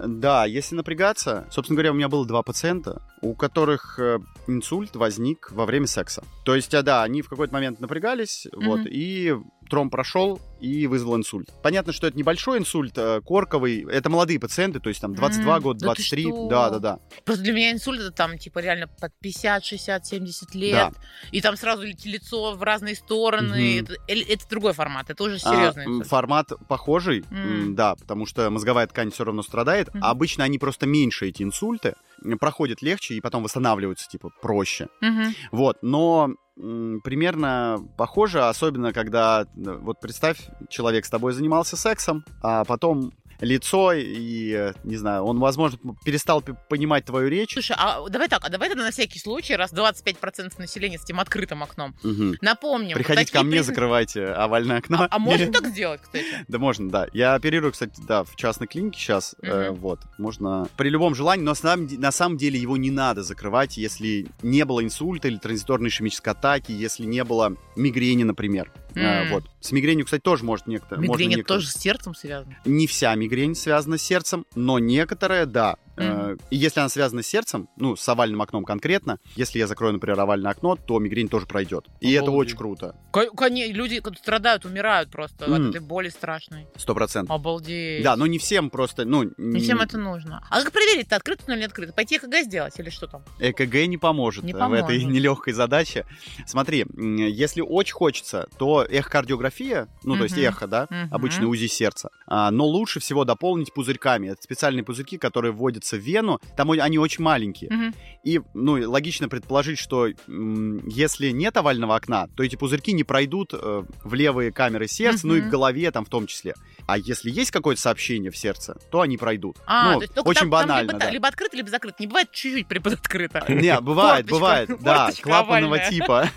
Speaker 3: Да, если напрягаться, собственно говоря, у меня было два пациента, у которых э, инсульт возник во время секса. То есть, а, да, они в какой-то момент напрягались, вот,
Speaker 1: Мгм.
Speaker 3: и тромб прошел и вызвал инсульт. Понятно, что это небольшой инсульт, э, корковый. Это молодые пациенты, то есть там 22
Speaker 1: М,
Speaker 3: года,
Speaker 1: да ты
Speaker 3: 23.
Speaker 1: что?
Speaker 3: Да, да, да.
Speaker 1: Просто для меня инсульт это там, типа, реально под 50, 60, 70 лет.
Speaker 3: Да.
Speaker 1: И там сразу летит лицо в разные стороны.
Speaker 3: Мгм.
Speaker 1: Это, э, это другой формат, это уже
Speaker 3: А,
Speaker 1: серьезный
Speaker 3: м,
Speaker 1: инсульт.
Speaker 3: Формат похожий,
Speaker 1: М.
Speaker 3: м, да, потому что мозговая ткань все равно страдает.
Speaker 1: Мгм.
Speaker 3: А обычно они просто меньше, эти инсульты, м, проходят легче и потом восстанавливаются, типа, проще.
Speaker 1: Мгм.
Speaker 3: Вот, но м, примерно похоже, особенно когда, н- вот представь, человек с тобой занимался сексом, а потом лицо и, э, не знаю, он, возможно, м, перестал п- понимать твою речь.
Speaker 1: Слушай, а давай так, а давай тогда на всякий случай, раз 25% населения с этим открытым окном,
Speaker 3: Мгм.
Speaker 1: напомним.
Speaker 3: Приходите
Speaker 1: такие
Speaker 3: ко мне,
Speaker 1: признаки-
Speaker 3: закрывайте овальное окно.
Speaker 1: А можно так сделать, кстати?
Speaker 3: Да, можно, да. Я оперирую, кстати, да, в частной клинике сейчас. э,
Speaker 1: Мгм.
Speaker 3: вот, можно при любом желании, но с нам- на самом деле его не надо закрывать, если не было инсульта или транзиторной ишемической атаки, если не было мигрени, например. Э,
Speaker 1: М.
Speaker 3: вот. С мигренью, кстати, тоже может некоторые. можно
Speaker 1: Мигрень это
Speaker 3: некоторые-
Speaker 1: тоже с сердцем связано.
Speaker 3: Не вся мигрень связана с сердцем, но некоторая, да. Э,
Speaker 1: Мгм.
Speaker 3: и если она связана с сердцем, ну, с овальным окном конкретно, если я закрою, например, овальное окно, то мигрень тоже пройдет. И это
Speaker 1: Обалдеть.
Speaker 3: очень круто.
Speaker 1: Кон- коне- люди которые страдают, умирают просто от
Speaker 3: М.
Speaker 1: этой боли страшной.
Speaker 3: Сто процентов.
Speaker 1: Обалдеть.
Speaker 3: Да, но не всем просто, ну...
Speaker 1: Не всем
Speaker 3: м,
Speaker 1: это нужно. А как проверить, ты открыто или не открыто? Пойти ЭКГ сделать или что там?
Speaker 3: ЭКГ Э не поможет э,
Speaker 1: Не
Speaker 3: в
Speaker 1: поможет.
Speaker 3: этой нелегкой задаче. Смотри, м, если очень хочется, то эхокардиография, ну, то есть
Speaker 1: Мгм.
Speaker 3: эхо, да,
Speaker 1: Мгм.
Speaker 3: обычное УЗИ сердца, а, но лучше всего дополнить пузырьками. Это специальные пузырьки, которые вводятся в вену, там о- они очень маленькие.
Speaker 1: Мгм.
Speaker 3: И, ну, и логично предположить, что м, если нет овального окна, то эти пузырьки не пройдут э, в левые камеры сердца, ну и
Speaker 1: Мгм.
Speaker 3: к голове там в том числе. А если есть какое-то сообщение в сердце, то они пройдут.
Speaker 1: А,
Speaker 3: Ну,
Speaker 1: то есть только
Speaker 3: очень
Speaker 1: там- там
Speaker 3: банально,
Speaker 1: либо,
Speaker 3: да. Э,
Speaker 1: та- либо открыто, либо закрыто. Не бывает чуть-чуть приподоткрыто.
Speaker 3: Не, бывает,
Speaker 1: Форточка,
Speaker 3: бывает, да,
Speaker 1: форточка
Speaker 3: клапанного
Speaker 1: овальная.
Speaker 3: типа.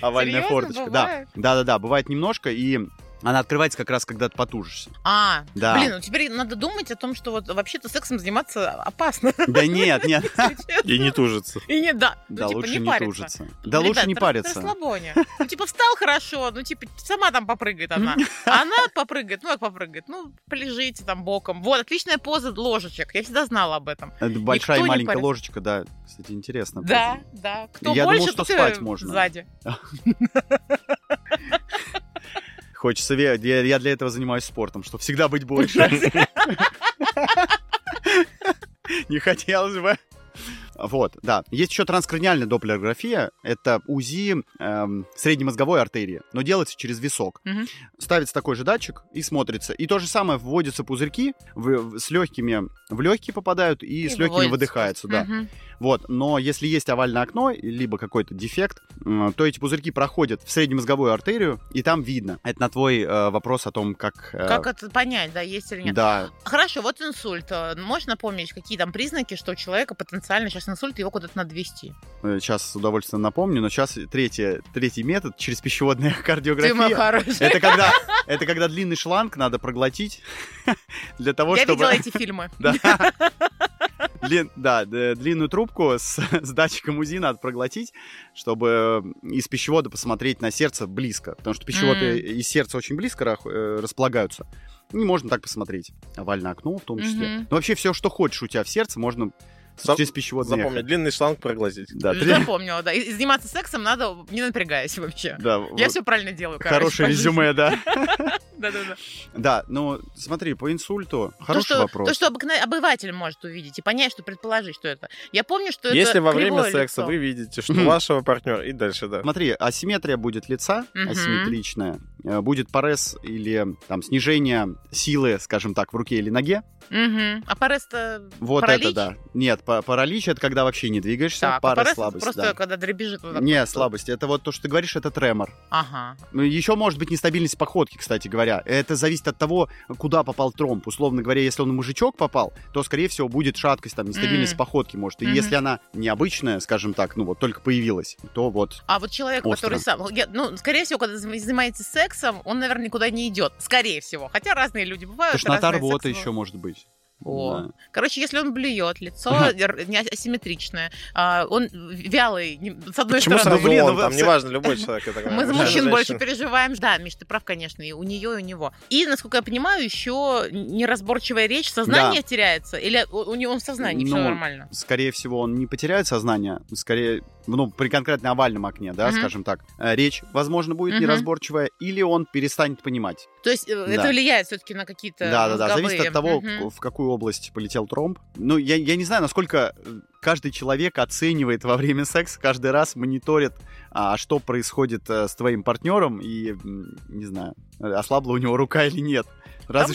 Speaker 3: Овальная
Speaker 1: Серьезно,
Speaker 3: форточка, да.
Speaker 1: бывает?
Speaker 3: Да-да-да, бывает немножко, и она открывается как раз, когда ты потужишься.
Speaker 1: А,
Speaker 3: Да.
Speaker 1: блин, ну теперь надо думать о том, что вот вообще-то сексом заниматься опасно.
Speaker 3: Да нет, нет.
Speaker 1: если честно.
Speaker 2: И не тужится.
Speaker 1: И не, Ну, да. Ну,
Speaker 3: Да
Speaker 1: типа,
Speaker 3: лучше не
Speaker 1: париться.
Speaker 3: тужиться. Да
Speaker 1: Ребят,
Speaker 3: лучше не
Speaker 1: на- на
Speaker 3: париться.
Speaker 1: расслабоне. Ну, типа, встал хорошо, ну, типа, сама там попрыгает она. А Она попрыгает, ну, как попрыгает, ну, полежите там боком. Вот, отличная поза ложечек, я всегда знала об этом.
Speaker 3: Это Большая и
Speaker 1: не
Speaker 3: маленькая
Speaker 1: парится.
Speaker 3: ложечка, да. Кстати, интересно.
Speaker 1: Да, да. Кто
Speaker 3: Я думал,
Speaker 1: больше,
Speaker 3: что
Speaker 1: тот и
Speaker 3: спать можно.
Speaker 1: сзади.
Speaker 3: Хочется верить. Я я для этого занимаюсь спортом, что всегда быть больше. Не хотелось бы. Вот, да. Есть еще транскраниальная доплерография. Это УЗИ эм, среднемозговой артерии, но делается через висок.
Speaker 1: Мгм.
Speaker 3: Ставится такой же датчик и смотрится. И то же самое вводятся пузырьки в- в- с легкими в легкие попадают и, с легкими
Speaker 1: выводится.
Speaker 3: выдыхаются, да.
Speaker 1: Мгм.
Speaker 3: Вот, но если есть овальное окно, либо какой-то дефект, м, то эти пузырьки проходят в среднемозговую артерию, и там видно. Это на твой э, вопрос о том, как... э,
Speaker 1: Как это понять, да, есть или нет?
Speaker 3: Да,
Speaker 1: Хорошо, вот инсульт. Э, Можешь напомнить, какие там признаки, что у человека потенциально сейчас инсульт, его куда-то надо вести?
Speaker 3: сейчас э, с удовольствием напомню, но сейчас третий, третий метод через пищеводную
Speaker 1: Ты мой
Speaker 3: кардиографию.
Speaker 1: хороший.
Speaker 3: Это когда, это когда длинный шланг надо проглотить для того,
Speaker 1: Я
Speaker 3: чтобы...
Speaker 1: видела эти фильмы.
Speaker 3: Да. Длин- да, д- длинную трубку с, с датчиком УЗИ надо проглотить, чтобы э, из пищевода посмотреть на сердце близко. Потому что пищевод
Speaker 1: М.
Speaker 3: и, и сердце очень близко рах- э, располагаются. И можно так посмотреть. Овальное окно в том числе.
Speaker 1: Мгм.
Speaker 3: Ну, вообще все, что хочешь у тебя в сердце, можно
Speaker 2: За-
Speaker 3: через пищевод
Speaker 2: Запомни, длинный шланг проглотить.
Speaker 3: Да, три-
Speaker 1: Запомнила, да. И и заниматься сексом надо, не напрягаясь вообще.
Speaker 3: да,
Speaker 1: Я
Speaker 3: вот
Speaker 1: все правильно делаю, короче.
Speaker 3: Хорошее резюме, да.
Speaker 1: Да-да-да.
Speaker 3: Да, ну смотри, по инсульту.
Speaker 1: То,
Speaker 3: Хороший
Speaker 1: что, то,
Speaker 3: вопрос.
Speaker 1: что обыкна- обыватель может увидеть и понять, что предположить, что это. Я помню, что это
Speaker 2: Если во время
Speaker 1: кривое
Speaker 2: секса
Speaker 1: лицо.
Speaker 2: вы видите, что
Speaker 3: Мгм.
Speaker 2: вашего партнера и дальше, да.
Speaker 3: Смотри, асимметрия будет лица,
Speaker 1: Мгм.
Speaker 3: асимметричная. Э, Будет порез или там снижение силы, скажем так, в руке или ноге.
Speaker 1: Мгм. А парез-то
Speaker 3: Вот
Speaker 1: паралич?
Speaker 3: это да. Нет, па- паралич это когда вообще не двигаешься,
Speaker 1: Так, а
Speaker 3: пара
Speaker 1: парез это
Speaker 3: слабость.
Speaker 1: просто
Speaker 3: да.
Speaker 1: когда дребезжит. вот так.
Speaker 3: Не, слабость. Это вот то, что ты говоришь, это тремор.
Speaker 1: Ага.
Speaker 3: Ну, еще может быть нестабильность походки, кстати говоря. Это зависит от того, куда попал тромб. Условно говоря, если он на мужичок попал, то, скорее всего, будет шаткость, там, нестабильность
Speaker 1: М.
Speaker 3: походки, может. И
Speaker 1: Мгм.
Speaker 3: если она необычная, скажем так, ну вот только появилась, то вот.
Speaker 1: А вот человек,
Speaker 3: Остро.
Speaker 1: который сам... я- ну, скорее всего, когда зам- занимаетесь сексом, он, наверное, никуда не идет. Скорее всего. Хотя разные люди бывают.
Speaker 3: Тошнота
Speaker 1: разные
Speaker 3: рвота
Speaker 1: секс-
Speaker 3: еще может быть.
Speaker 1: Э, О.
Speaker 3: Да.
Speaker 1: Короче, если он блюет, лицо р- не асимметричное, а, он вялый, не- с одной
Speaker 2: Почему
Speaker 1: стороны.
Speaker 2: сразу
Speaker 3: блин, ну
Speaker 2: он?
Speaker 3: вы
Speaker 2: Там
Speaker 3: все-
Speaker 2: неважно, любой человек. я так
Speaker 1: Мы
Speaker 2: понимаю,
Speaker 1: за
Speaker 2: мужчина,
Speaker 1: мужчин больше
Speaker 2: женщина.
Speaker 1: переживаем. Да, Миш, ты прав, конечно, и у нее, и у него. И, насколько я понимаю, еще неразборчивая речь, сознание теряется. Или у, у него он в сознании, все
Speaker 3: Ну,
Speaker 1: нормально.
Speaker 3: Скорее всего, он не потеряет сознание, скорее, ну, при конкретно овальном окне, да,
Speaker 1: Мгм.
Speaker 3: скажем так, э, речь, возможно, будет
Speaker 1: Мгм.
Speaker 3: неразборчивая, или он перестанет понимать.
Speaker 1: То есть э, это
Speaker 3: да.
Speaker 1: влияет все-таки на какие-то
Speaker 3: Да-да-да, зависит
Speaker 1: мозговые.
Speaker 3: от
Speaker 1: ну,
Speaker 3: того,
Speaker 1: Мгм.
Speaker 3: в какую область полетел тромб. Ну, я, я не знаю, насколько э, каждый человек оценивает во время секса, каждый раз мониторит, а, что происходит э, с твоим партнером, и, м, не знаю, э, ослабла у него рука или нет. Разве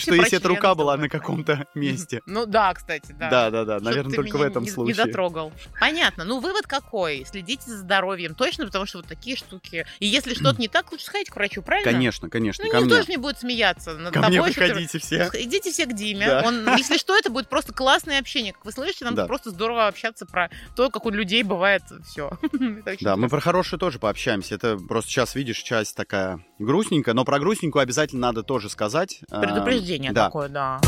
Speaker 1: все
Speaker 3: что,
Speaker 1: про
Speaker 3: если эта
Speaker 1: член
Speaker 3: рука была на
Speaker 1: думают,
Speaker 3: каком-то месте.
Speaker 1: Ну да, кстати, да.
Speaker 3: Да-да-да,
Speaker 1: Чтоб
Speaker 3: наверное,
Speaker 1: ты
Speaker 3: только в
Speaker 1: меня
Speaker 3: этом
Speaker 1: не,
Speaker 3: случае.
Speaker 1: Не дотрогал. Понятно. Ну, вывод какой? Следите за здоровьем. Точно, потому что вот такие штуки. И если что-то не так, лучше сходить к врачу, правильно?
Speaker 3: Конечно, конечно,
Speaker 1: Ну,
Speaker 3: ко
Speaker 1: никто
Speaker 3: мне.
Speaker 1: же не будет смеяться над
Speaker 3: Ко мне
Speaker 1: тобой. что ты-
Speaker 3: выходите все.
Speaker 1: Идите все к Диме.
Speaker 3: Да.
Speaker 1: Он, если что, это будет просто классное общение. Как вы слышите, нам
Speaker 3: Да.
Speaker 1: просто здорово общаться про то, как у людей бывает все.
Speaker 3: Да, мы про хорошее тоже пообщаемся. Это просто сейчас, видишь, часть такая грустненькая, но про грустненькую обязательно надо тоже сказать. Э,
Speaker 1: Предупреждение
Speaker 3: да.
Speaker 1: такое, да.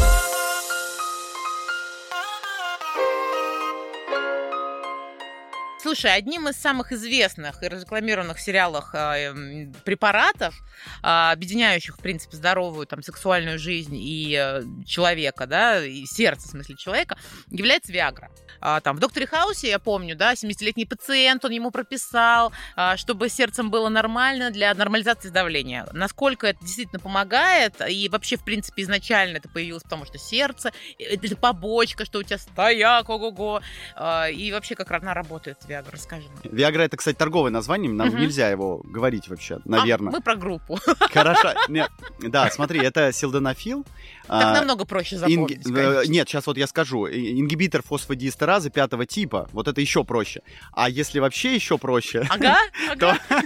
Speaker 1: Слушай, одним из самых известных и разрекламированных сериалах э, м, препаратов, а, объединяющих, в принципе, здоровую там, сексуальную жизнь и э, человека, да, и сердце, в смысле, человека, является Виагра. А, там, в «Докторе Хаусе», я помню, да, 70-летний пациент, он ему прописал, а, чтобы сердцем было нормально для нормализации давления. Насколько это действительно помогает, и вообще, в принципе, изначально это появилось потому, что сердце, это побочка, что у тебя стояк, ого-го, А, и вообще, как она работает, Виагра, расскажи мне.
Speaker 3: Виагра это, кстати, торговое название, нам
Speaker 1: Мгм.
Speaker 3: нельзя его говорить вообще,
Speaker 1: А,
Speaker 3: наверное.
Speaker 1: мы про группу.
Speaker 3: Хорошо. Не, Да, смотри, это силденафил.
Speaker 1: Так
Speaker 3: а,
Speaker 1: намного проще
Speaker 3: инг-
Speaker 1: запомнить,
Speaker 3: э,
Speaker 1: конечно.
Speaker 3: Нет, сейчас вот я скажу. И- Ингибитор фосфодиэстеразы пятого типа. Вот это еще проще. А если вообще еще проще,
Speaker 1: Ага,
Speaker 3: то
Speaker 1: ага.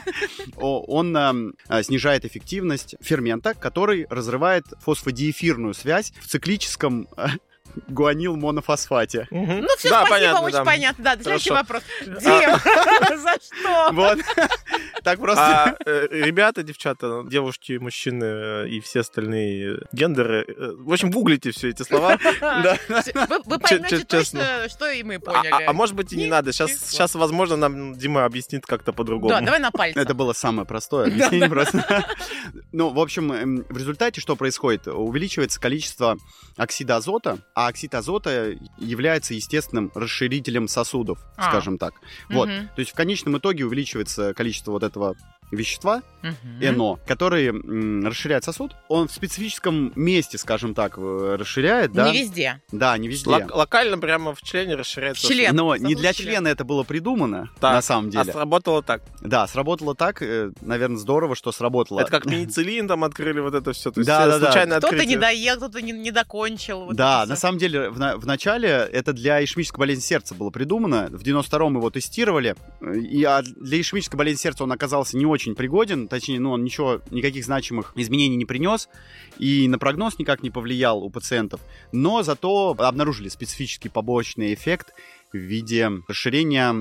Speaker 3: о- он эм, э, снижает эффективность фермента, который разрывает фосфодиэфирную связь в циклическом э, гуанилмонофосфате.
Speaker 2: Мгм.
Speaker 1: Ну все,
Speaker 2: Да,
Speaker 1: спасибо,
Speaker 2: понятно,
Speaker 1: очень
Speaker 2: да.
Speaker 1: понятно. Да, следующий
Speaker 2: Хорошо. А.
Speaker 1: вопрос. Дим, за что?
Speaker 3: Вот. Так просто.
Speaker 2: А, э, ребята, девчата, девушки, мужчины э, и все остальные гендеры. э, В общем, гуглите все эти слова. Да.
Speaker 1: Вы вы
Speaker 2: Че-
Speaker 1: поймете
Speaker 2: че- честно.
Speaker 1: точно, что и мы
Speaker 2: А,
Speaker 1: поняли.
Speaker 2: а- а может быть и не
Speaker 1: Ни-
Speaker 2: надо. Сейчас,
Speaker 1: ни-
Speaker 2: сейчас, возможно, нам Дима объяснит как-то по-другому.
Speaker 1: Да, давай на пальцах.
Speaker 3: Это было самое простое объяснение просто. Ну, в общем, эм, в результате что происходит? Увеличивается количество оксида азота, а оксид азота является естественным расширителем сосудов,
Speaker 1: А.
Speaker 3: скажем так. Вот.
Speaker 1: Мгм,
Speaker 3: То есть в конечном итоге увеличивается количество вот этого вещества,
Speaker 1: мгм.
Speaker 3: НО, который м, расширяет сосуд. Он в специфическом месте, скажем так, э, расширяет, да?
Speaker 1: Не везде.
Speaker 3: Да, не везде.
Speaker 2: Лок- локально прямо в члене расширяется.
Speaker 1: В член.
Speaker 3: Но
Speaker 1: Сосуд
Speaker 3: не для
Speaker 1: член.
Speaker 3: члена это было придумано,
Speaker 2: Так.
Speaker 3: на самом
Speaker 2: А
Speaker 3: деле.
Speaker 2: сработало так.
Speaker 3: Да, сработало так, наверное, здорово, что сработало.
Speaker 2: Это как пенициллин там открыли вот это все.
Speaker 3: Да, да, да.
Speaker 2: э, случайно
Speaker 1: Кто-то не доел, кто-то не, не докончил. вот
Speaker 3: да,
Speaker 1: это
Speaker 3: на
Speaker 1: всё.
Speaker 3: самом деле, в, на- в начале это для ишемической болезни сердца было придумано. В 92-м его тестировали. э, И, а для ишемической болезни сердца он оказался не очень пригоден. Точнее, ну, он ничего, никаких значимых изменений не принес. И на прогноз никак не повлиял у пациентов. Но зато обнаружили специфический побочный эффект в виде расширения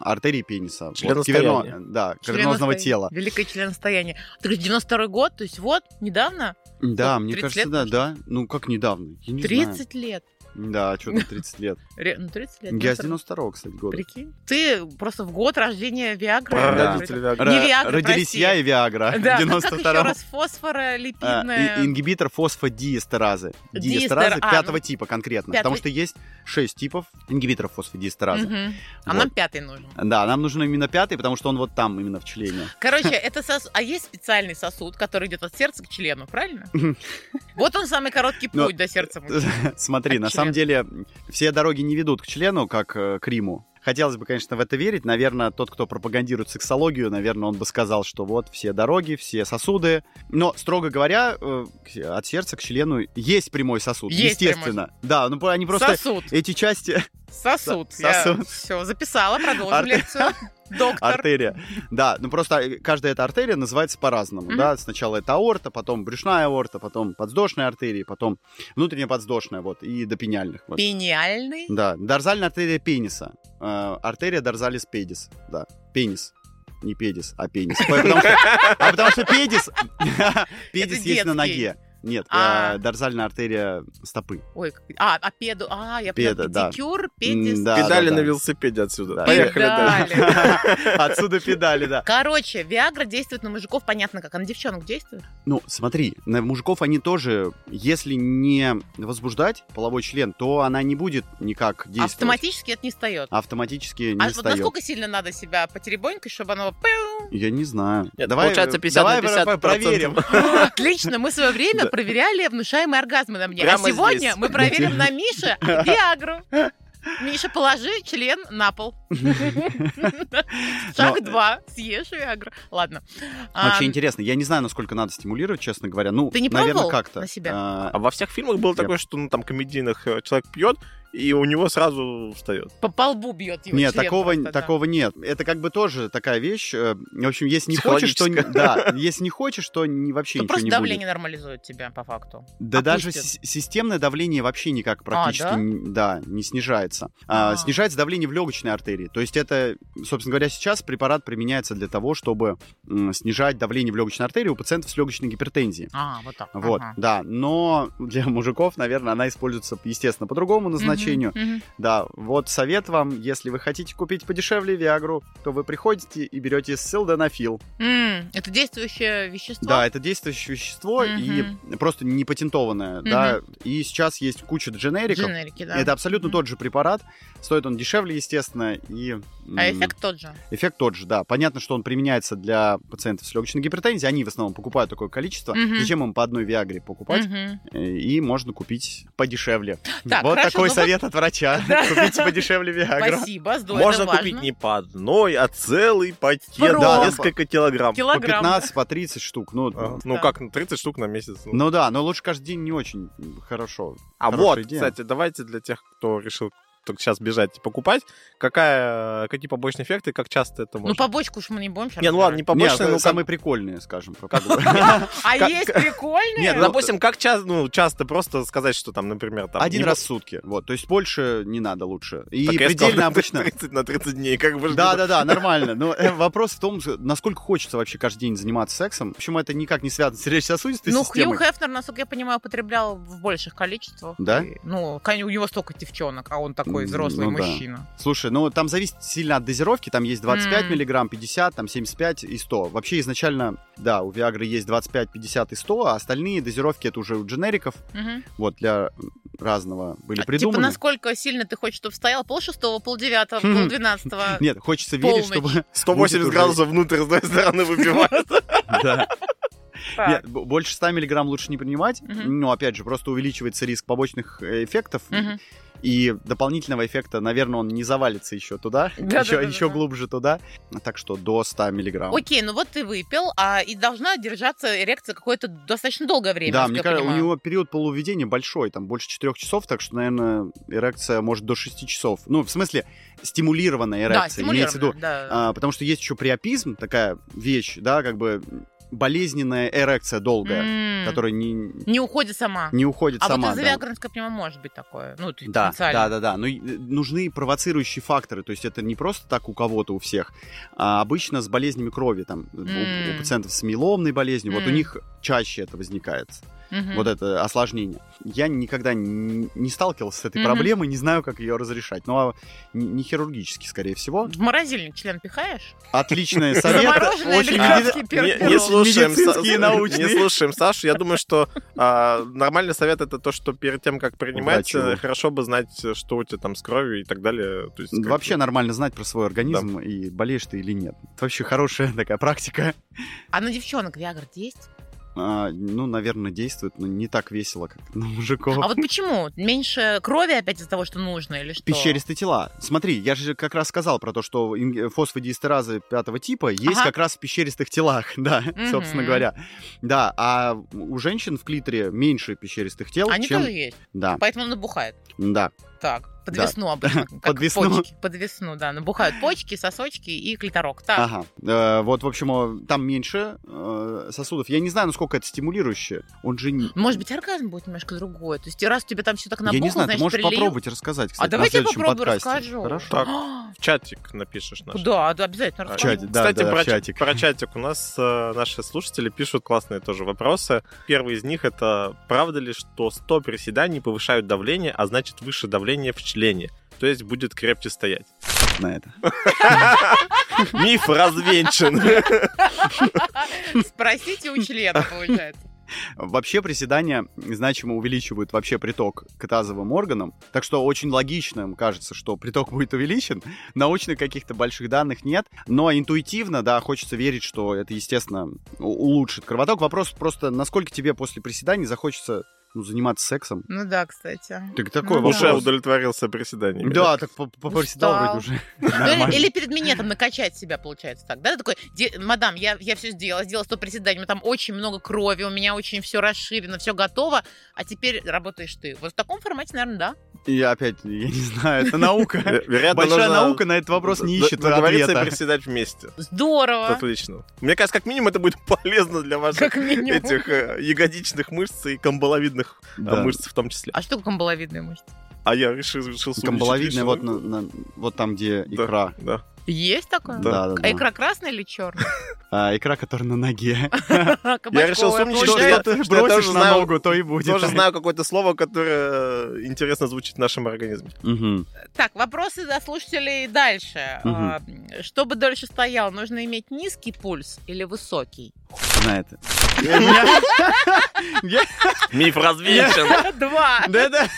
Speaker 3: артерии пениса.
Speaker 2: Членостояния.
Speaker 3: каверно- да,
Speaker 1: Членостояние.
Speaker 3: кавернозного тела.
Speaker 1: Великое членостояние. Ты говоришь, 92 год, то есть вот, недавно,
Speaker 3: Да,
Speaker 1: Сколько,
Speaker 3: мне
Speaker 1: 30
Speaker 3: кажется,
Speaker 1: лет
Speaker 3: да, да. Ну, как недавно. Я не знаю.
Speaker 1: 30 лет.
Speaker 3: Да, что-то 30 лет.
Speaker 1: Ре- ну, 30 лет.
Speaker 3: Я с
Speaker 1: 92
Speaker 3: 92-го, кстати, года.
Speaker 1: Прикинь. Ты просто в год рождения Виагры.
Speaker 3: Да.
Speaker 2: Прародитель Виагры.
Speaker 1: Не
Speaker 3: Ра-
Speaker 1: Виагра,
Speaker 3: Родились
Speaker 1: прости.
Speaker 3: я и Виагра
Speaker 1: Да, ну
Speaker 3: в
Speaker 1: как еще
Speaker 3: 92-м.
Speaker 1: раз фосфора,
Speaker 3: А,
Speaker 1: липидная.
Speaker 3: и- ингибитор фосфодиэстеразы.
Speaker 1: Диэстер-
Speaker 3: Диэстеразы
Speaker 1: а,
Speaker 3: пятого
Speaker 1: ну,
Speaker 3: типа конкретно.
Speaker 1: пятого-
Speaker 3: Потому что есть шесть типов ингибиторов фосфодиэстеразы.
Speaker 1: Мгм. А
Speaker 3: Вот.
Speaker 1: нам пятый нужен.
Speaker 3: Да, нам нужен именно пятый, потому что он вот там, именно в члене.
Speaker 1: Короче, это сос- а есть специальный сосуд, который идет от сердца к члену, правильно?
Speaker 3: Мгм. Ну,
Speaker 1: Вот он самый короткий
Speaker 3: Но-
Speaker 1: путь до сердца. мужчины.
Speaker 3: Смотри,
Speaker 1: От
Speaker 3: на самом деле все дороги не ведут к члену, как э, к Риму. Хотелось бы, конечно, в это верить. Наверное, тот, кто пропагандирует сексологию, наверное, он бы сказал, что вот все дороги, все сосуды. Но, строго говоря, э, к- от сердца к члену есть прямой сосуд,
Speaker 1: Есть прямой
Speaker 3: естественно. Да, ну они просто
Speaker 1: Сосуд.
Speaker 3: эти части
Speaker 1: Сосуд.
Speaker 3: Со- сосуд.
Speaker 1: Все, записала, продолжим
Speaker 3: Арте-
Speaker 1: лекцию. Доктор.
Speaker 3: артерия. Да, ну просто каждая эта артерия называется по-разному,
Speaker 1: Мгм.
Speaker 3: да. Сначала это аорта, потом брюшная аорта, потом подвздошная артерия, потом внутренняя подвздошная, вот, и до пениальных. вот.
Speaker 1: Пениальный.
Speaker 3: Да, дорзальная артерия пениса. Э, артерия дорзалис педис, да. Пенис. Не педис, а пенис. Потому что- А потому что педис... Педис
Speaker 1: Это
Speaker 3: есть
Speaker 1: детский.
Speaker 3: на ноге. Нет,
Speaker 1: А.
Speaker 3: э, дорзальная артерия стопы.
Speaker 1: Ой, как- а, а педу, а, я поняла,
Speaker 3: Педа, да.
Speaker 1: педикюр, педис,
Speaker 3: Да,
Speaker 2: Педали
Speaker 3: да, да.
Speaker 2: на велосипеде отсюда.
Speaker 3: Да.
Speaker 2: Поехали дальше.
Speaker 1: педали.
Speaker 3: Отсюда педали, да.
Speaker 1: Короче, Виагра действует на мужиков, понятно как, а на девчонок действует?
Speaker 3: Ну, смотри, на мужиков они тоже, если не возбуждать половой член, то она не будет никак действовать.
Speaker 1: Автоматически это не встает.
Speaker 3: Автоматически не
Speaker 1: а вот
Speaker 3: встает.
Speaker 1: насколько сильно надо себя потеребонькать, чтобы оно... пэу?
Speaker 3: Я не знаю.
Speaker 2: Нет,
Speaker 3: давай, э,
Speaker 2: получается 50
Speaker 3: давай
Speaker 2: на 50
Speaker 3: проверим.
Speaker 1: Ну, Отлично, мы в свое время
Speaker 2: Да.
Speaker 1: проверяли внушаемые оргазмы на мне. А
Speaker 2: Прямо
Speaker 1: сегодня
Speaker 2: здесь.
Speaker 1: мы проверим на Мише Виагру. Миша, положи член на пол. Шаг
Speaker 3: Но-
Speaker 1: два, съешь Виагру. Ладно. А,
Speaker 3: Ну, Вообще интересно. Я не знаю, насколько надо стимулировать, честно говоря. Ну,
Speaker 1: Ты не
Speaker 3: наверное,
Speaker 1: пробовал
Speaker 3: как-то.
Speaker 1: на себя?
Speaker 3: А,
Speaker 2: А во всех фильмах было такое, что ну, там комедийных э, человек пьет, и у него сразу встает.
Speaker 1: По по лбу бьет его
Speaker 3: Нет,
Speaker 1: член
Speaker 3: такого,
Speaker 1: просто, да.
Speaker 3: такого нет. Это как бы тоже такая вещь. э, В общем, если не хочешь, то не- да, если не хочешь, то не, вообще
Speaker 1: То
Speaker 3: ничего
Speaker 1: просто
Speaker 3: не
Speaker 1: давление нормализует тебя по факту.
Speaker 3: будет. Да даже
Speaker 1: опустят.
Speaker 3: си- системное давление вообще никак практически
Speaker 1: А, да?
Speaker 3: н- да? не снижается. А,
Speaker 1: А.
Speaker 3: Снижается давление в легочной артерии. То есть это, собственно говоря, сейчас препарат применяется для того, чтобы м, снижать давление в легочной артерии у пациентов с легочной гипертензией.
Speaker 1: А, вот так.
Speaker 3: Вот,
Speaker 1: ага.
Speaker 3: да, но для мужиков, наверное, она используется, естественно, по другому назначению.
Speaker 1: Мгм, мгм.
Speaker 3: Да, вот совет вам, если вы хотите купить подешевле Виагру, то вы приходите и берете силденафил.
Speaker 1: М, Это действующее вещество?
Speaker 3: Да, это действующее вещество и
Speaker 1: Мгм.
Speaker 3: просто не патентованное, да. И сейчас есть куча дженериков.
Speaker 1: Дженерики, да.
Speaker 3: Это абсолютно
Speaker 1: Мгм.
Speaker 3: тот же препарат, стоит он дешевле, естественно, и м,
Speaker 1: А эффект тот же.
Speaker 3: эффект тот же, да. Понятно, что он применяется для пациентов с легочной гипертензией, они в основном покупают такое количество.
Speaker 1: Мгм.
Speaker 3: Зачем им по одной Виагре покупать?
Speaker 1: Мгм.
Speaker 3: и можно купить подешевле.
Speaker 1: Так,
Speaker 3: вот
Speaker 1: хорошо,
Speaker 3: такой
Speaker 1: ну
Speaker 3: совет от врача.
Speaker 1: Да.
Speaker 3: Купите подешевле Виагру.
Speaker 1: Спасибо, здорово.
Speaker 2: Можно
Speaker 1: Ну, важно.
Speaker 2: купить не по одной, а целый пакет,
Speaker 1: Здорово.
Speaker 2: да, несколько килограмм.
Speaker 3: По
Speaker 1: Килограмм.
Speaker 3: 15, по 30 штук. Ну,
Speaker 2: А,
Speaker 3: ну,
Speaker 2: Ну
Speaker 1: Да.
Speaker 2: как, ну, 30 штук на месяц. ну.
Speaker 3: ну да, но лучше каждый день не очень хорошо.
Speaker 2: а
Speaker 3: хорошая
Speaker 2: вот,
Speaker 3: идея.
Speaker 2: кстати, давайте для тех, кто решил только сейчас бежать и покупать, какая, какие побочные эффекты, как часто это
Speaker 1: Ну,
Speaker 2: может?
Speaker 1: по бочку уж мы не будем сейчас
Speaker 2: не, ну ладно, не
Speaker 1: разбирать.
Speaker 2: побочные,
Speaker 3: Нет,
Speaker 2: ну
Speaker 3: а самые
Speaker 2: самый...
Speaker 3: прикольные, скажем. про
Speaker 2: Как-
Speaker 3: погоду.
Speaker 1: А
Speaker 2: Как-
Speaker 1: есть прикольные?
Speaker 3: Нет,
Speaker 2: Ну, допустим, как часто, ну, часто просто сказать, что там, например, там...
Speaker 3: Один
Speaker 2: не
Speaker 3: раз в сутки. Вот, то есть больше не надо лучше. И
Speaker 2: ну. Так я сказал,
Speaker 3: предельно
Speaker 2: на
Speaker 3: обычно...
Speaker 2: 30 на 30 дней, как бы... ж
Speaker 3: Да,
Speaker 2: не-
Speaker 3: да, да, нормально. Но э, вопрос в том, что насколько хочется вообще каждый день заниматься сексом. Почему это никак не связано с сердечно-сосудистой
Speaker 1: Ну,
Speaker 3: системой?
Speaker 1: Хью Хефнер, насколько я понимаю, употреблял в больших количествах.
Speaker 3: Да?
Speaker 1: И, Ну, конечно, у него столько девчонок, а он такой
Speaker 3: М,
Speaker 1: взрослый
Speaker 3: ну да.
Speaker 1: мужчина.
Speaker 3: Слушай, ну там зависит сильно от дозировки, там есть 25
Speaker 1: М.
Speaker 3: миллиграмм, 50, там 75 и 100. Вообще изначально, да, у Виагры есть 25, 50 и 100, а остальные дозировки это уже у дженериков,
Speaker 1: Мгм.
Speaker 3: вот, для разного были
Speaker 1: А,
Speaker 3: придуманы.
Speaker 1: Типа, насколько сильно ты хочешь, чтобы стоял? Пол шестого, пол девятого,
Speaker 3: Хм.
Speaker 1: пол двенадцатого.
Speaker 3: Нет, хочется верить,
Speaker 1: Полночь.
Speaker 3: чтобы...
Speaker 2: 180
Speaker 3: Будет уже.
Speaker 2: градусов внутрь с одной стороны выбивает.
Speaker 3: Да.
Speaker 1: Так.
Speaker 3: Нет, б- больше 100 миллиграмм лучше не принимать,
Speaker 1: Мгм.
Speaker 3: но, опять же, просто увеличивается риск побочных э, эффектов,
Speaker 1: Мгм.
Speaker 3: и дополнительного эффекта, наверное, он не завалится еще туда,
Speaker 1: Да, да,
Speaker 3: еще,
Speaker 1: да,
Speaker 3: еще
Speaker 1: да.
Speaker 3: глубже туда, так что до 100 миллиграмм.
Speaker 1: Окей, ну вот ты выпил, а и должна держаться эрекция какое-то достаточно долгое время.
Speaker 3: Да,
Speaker 1: насколько
Speaker 3: мне
Speaker 1: я
Speaker 3: кажется, у
Speaker 1: понимаю.
Speaker 3: него период полуведения большой, там больше 4 часов, так что, наверное, эрекция может до 6 часов. Ну, в смысле, стимулированная
Speaker 1: да,
Speaker 3: эрекция, имеется в виду.
Speaker 1: стимулированная, да.
Speaker 3: А, потому что есть еще приопизм, такая вещь, да, как бы болезненная эрекция долгая,
Speaker 1: М,
Speaker 3: которая не,
Speaker 1: Не уходит сама.
Speaker 3: не уходит
Speaker 1: а
Speaker 3: сама.
Speaker 1: вот из-за
Speaker 3: да.
Speaker 1: Виагры, насколько я понимаю, может быть такое. Ну, ты
Speaker 3: Да,
Speaker 1: потенциально.
Speaker 3: да, да, да. Но и, э, нужны провоцирующие факторы. То есть это не просто так у кого-то, у всех. А обычно с болезнями крови, там, у- у,
Speaker 1: М.
Speaker 3: пациентов с меломной болезнью, вот у
Speaker 1: М.
Speaker 3: них чаще это возникает.
Speaker 1: Мгм.
Speaker 3: вот это осложнение. Я никогда н- не сталкивался с этой
Speaker 1: Мгм.
Speaker 3: проблемой, не знаю, как ее разрешать. Ну, а н- не хирургически, скорее всего.
Speaker 1: В морозильник член пихаешь?
Speaker 3: Отличный совет.
Speaker 1: Замороженное
Speaker 3: очень
Speaker 1: или
Speaker 3: меди-
Speaker 1: краски
Speaker 2: Не,
Speaker 1: пер-
Speaker 2: не
Speaker 1: перо?
Speaker 2: слушаем, Са-
Speaker 3: медицинские и научные.
Speaker 2: не слушаем Сашу. Я думаю, что а, нормальный совет это то, что перед тем, как принимать,
Speaker 3: Врачу.
Speaker 2: э, хорошо бы знать, что у тебя там с кровью и так далее. То есть, как-
Speaker 3: Вообще нормально знать про свой организм и болеешь ты или нет. Это вообще хорошая такая практика.
Speaker 1: А на девчонок Виагра есть?
Speaker 3: А, ну, наверное, действует, но не так весело, как на мужиков.
Speaker 1: А вот почему? Меньше крови опять из-за того, что нужно или что?
Speaker 3: Пещеристые тела. Смотри, я же как раз сказал про то, что ин- фосфодиэстеразы пятого типа есть
Speaker 1: Ага.
Speaker 3: как раз в пещеристых телах, да,
Speaker 1: Мгм.
Speaker 3: собственно говоря. Да, а у женщин в клиторе меньше пещеристых тел,
Speaker 1: Они
Speaker 3: чем...
Speaker 1: тоже есть,
Speaker 3: Да,
Speaker 1: поэтому он набухает.
Speaker 3: да.
Speaker 1: так. Подвесну обычно. Как
Speaker 3: Подвесну.
Speaker 1: Почки. Подвесну, да. Набухают почки, сосочки и клиторок. Так.
Speaker 3: Ага. Э, вот, в общем, э, там меньше э, сосудов. Я не знаю, насколько это стимулирующе. Он же не...
Speaker 1: Может быть, оргазм будет немножко другой. То есть, раз у тебя там все так набухло,
Speaker 3: Я не знаю,
Speaker 1: значит,
Speaker 3: ты можешь
Speaker 1: прилив.
Speaker 3: попробовать рассказать, кстати,
Speaker 1: а давайте
Speaker 3: на
Speaker 1: я
Speaker 3: следующем
Speaker 1: попробую
Speaker 3: подкасте.
Speaker 1: расскажу.
Speaker 3: Хорошо.
Speaker 2: Так.
Speaker 1: А,
Speaker 2: В чатик напишешь наш.
Speaker 1: Да, да, обязательно
Speaker 2: А,
Speaker 1: расскажу.
Speaker 3: чатик, да,
Speaker 2: Кстати,
Speaker 3: да,
Speaker 2: про, ча-
Speaker 3: чатик.
Speaker 2: про чатик. У нас э, наши слушатели пишут классные тоже вопросы. Первый из них это правда ли, что 100 приседаний повышают давление, а значит выше давление в члене? То есть будет крепче стоять.
Speaker 3: На это.
Speaker 2: Миф развенчан.
Speaker 1: Спросите у члена, получается.
Speaker 3: Вообще приседания значимо увеличивают вообще приток к тазовым органам, так что очень логичным кажется, что приток будет увеличен. Научно каких-то больших данных нет, но интуитивно, да, хочется верить, что это, естественно, у- улучшит кровоток. Вопрос просто, насколько тебе после приседаний захочется ну, заниматься сексом?
Speaker 1: Ну да, кстати.
Speaker 3: Так такой
Speaker 1: Ну да.
Speaker 2: Уже
Speaker 3: вопрос.
Speaker 2: удовлетворился приседаниями.
Speaker 3: Да, так по- по-
Speaker 1: Устал.
Speaker 3: поприседал вроде уже.
Speaker 1: Ну,
Speaker 3: Нормально.
Speaker 1: Или, или перед минетом накачать себя, получается так. Да, ты такой, «Де- мадам, я, я все сделала, сделала 100 приседаний, у меня там очень много крови, у меня очень все расширено, все готово, а теперь работаешь ты. Вот в таком формате, наверное, да.
Speaker 3: Я опять, я не знаю, это наука.
Speaker 2: Вероятно,
Speaker 3: Большая
Speaker 2: нужно
Speaker 3: наука на этот вопрос не
Speaker 2: д-
Speaker 3: ищет
Speaker 2: договориться и
Speaker 3: ответа.
Speaker 2: приседать вместе.
Speaker 1: Здорово.
Speaker 2: Отлично. Мне кажется, как минимум это будет полезно для ваших
Speaker 1: А? Как минимум.
Speaker 2: этих э, ягодичных мышц и камбаловидных э,
Speaker 3: Да.
Speaker 2: мышц в том числе.
Speaker 1: А что такое комбаловидная мышца?
Speaker 2: А я решил, решил сумничать,
Speaker 3: Камбаловидная
Speaker 2: решил,
Speaker 3: вот, на- на- вот там, где
Speaker 2: Да.
Speaker 3: икра.
Speaker 2: Да.
Speaker 1: Есть такое?
Speaker 3: Да, да,
Speaker 1: А
Speaker 3: да.
Speaker 1: икра красная или черная?
Speaker 3: А, икра, которая на ноге.
Speaker 2: Я решил сумничать,
Speaker 1: точно.
Speaker 2: что Ну,
Speaker 3: Что
Speaker 2: я,
Speaker 3: я- ты
Speaker 2: что я тоже
Speaker 3: бросишь на
Speaker 2: знаю,
Speaker 3: ногу, то и будет.
Speaker 2: тоже знаю какое-то слово, которое э, интересно звучит в нашем организме.
Speaker 3: Мгм.
Speaker 1: Так, вопросы до слушателей дальше.
Speaker 3: Мгм.
Speaker 1: А, Чтобы дольше стоял, нужно иметь низкий пульс или высокий?
Speaker 3: На это. Я- я-
Speaker 2: Миф развенчан.
Speaker 1: Два.
Speaker 3: Да, да.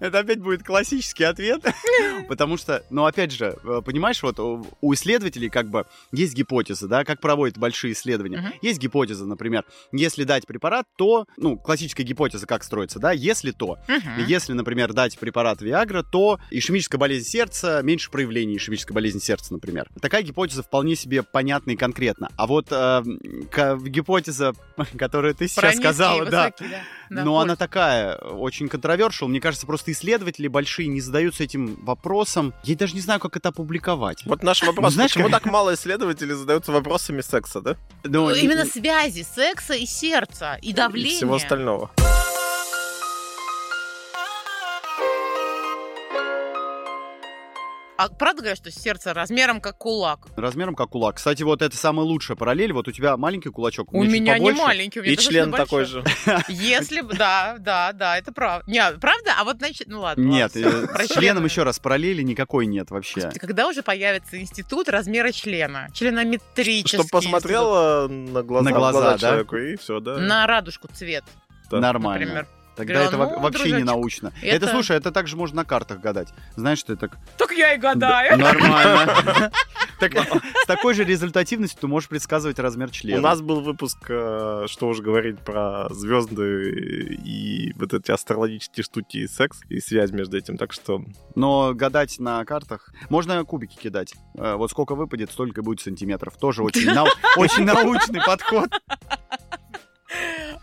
Speaker 3: Это опять будет классический ответ. Потому что, ну, опять же, э, понимаешь, вот у у исследователей как бы есть гипотезы, да, как проводят большие
Speaker 1: Мгм.
Speaker 3: исследования. Есть гипотеза, например, если дать препарат, то, ну, классическая гипотеза как строится, да, если то.
Speaker 1: Мгм.
Speaker 3: Если, например, дать препарат Виагра, то ишемическая болезнь сердца, меньше проявлений ишемической болезни сердца, например. Такая гипотеза вполне себе понятна и конкретна. А вот э, м, ка- гипотеза, которую ты
Speaker 1: Про
Speaker 3: сейчас
Speaker 1: низкий и
Speaker 3: сказала, да, Ну, а
Speaker 1: высокий, Да,
Speaker 3: но она
Speaker 1: пульс.
Speaker 3: такая, очень контровершил. Мне кажется, просто исследователи большие не задаются этим вопросом. Я даже не знаю, как это опубликовать.
Speaker 2: Вот наш вопрос.
Speaker 3: Ну, Знаешь,
Speaker 2: Почему так мало исследователей задаются вопросами секса, да?
Speaker 3: Ну,
Speaker 1: Ну,
Speaker 3: не-
Speaker 1: Именно связи секса и сердца, и давления.
Speaker 2: И всего остального.
Speaker 1: А правда говорят, что сердце размером как кулак?
Speaker 3: Размером как кулак. Кстати, вот это самая лучшая параллель. Вот у тебя маленький кулачок,
Speaker 1: У
Speaker 3: меня Ну, чуть
Speaker 1: меня не
Speaker 3: побольше.
Speaker 1: маленький, у меня
Speaker 2: И член
Speaker 1: достаточно
Speaker 2: такой
Speaker 1: большой.
Speaker 2: же.
Speaker 1: Если бы, да, да, да, это правда. Не, правда? А вот значит, ну ладно.
Speaker 3: Нет,
Speaker 1: ладно, всё,
Speaker 3: э,
Speaker 1: про
Speaker 3: с членом
Speaker 1: члены.
Speaker 3: еще раз параллели никакой нет вообще.
Speaker 1: Господи, когда уже появится институт размера члена? Членометрический.
Speaker 2: Чтобы посмотрела э, на глаза,
Speaker 3: На
Speaker 2: в
Speaker 3: глаза, да?
Speaker 2: человеку, и все, да.
Speaker 1: институт. На радужку цвет,
Speaker 2: Да.
Speaker 3: Нормально.
Speaker 1: например.
Speaker 3: Тогда
Speaker 1: Говорю,
Speaker 3: это
Speaker 1: «Ну,
Speaker 3: во- вообще не
Speaker 1: дружочек,
Speaker 3: научно. Это...
Speaker 1: это-
Speaker 3: слушай, это также можно на картах гадать. Знаешь, ты так...
Speaker 1: Так я и
Speaker 3: «Да,
Speaker 1: гадаю.
Speaker 3: Нормально. Так, С такой же результативностью ты можешь предсказывать размер члена.
Speaker 2: У нас был выпуск, э, что уж говорить про звезды и вот эти астрологические штуки и секс, и связь между этим. Так что
Speaker 3: Но гадать на картах... Можно кубики кидать. Э, Вот сколько выпадет, столько и будет сантиметров. Тоже очень нау- очень научный подход.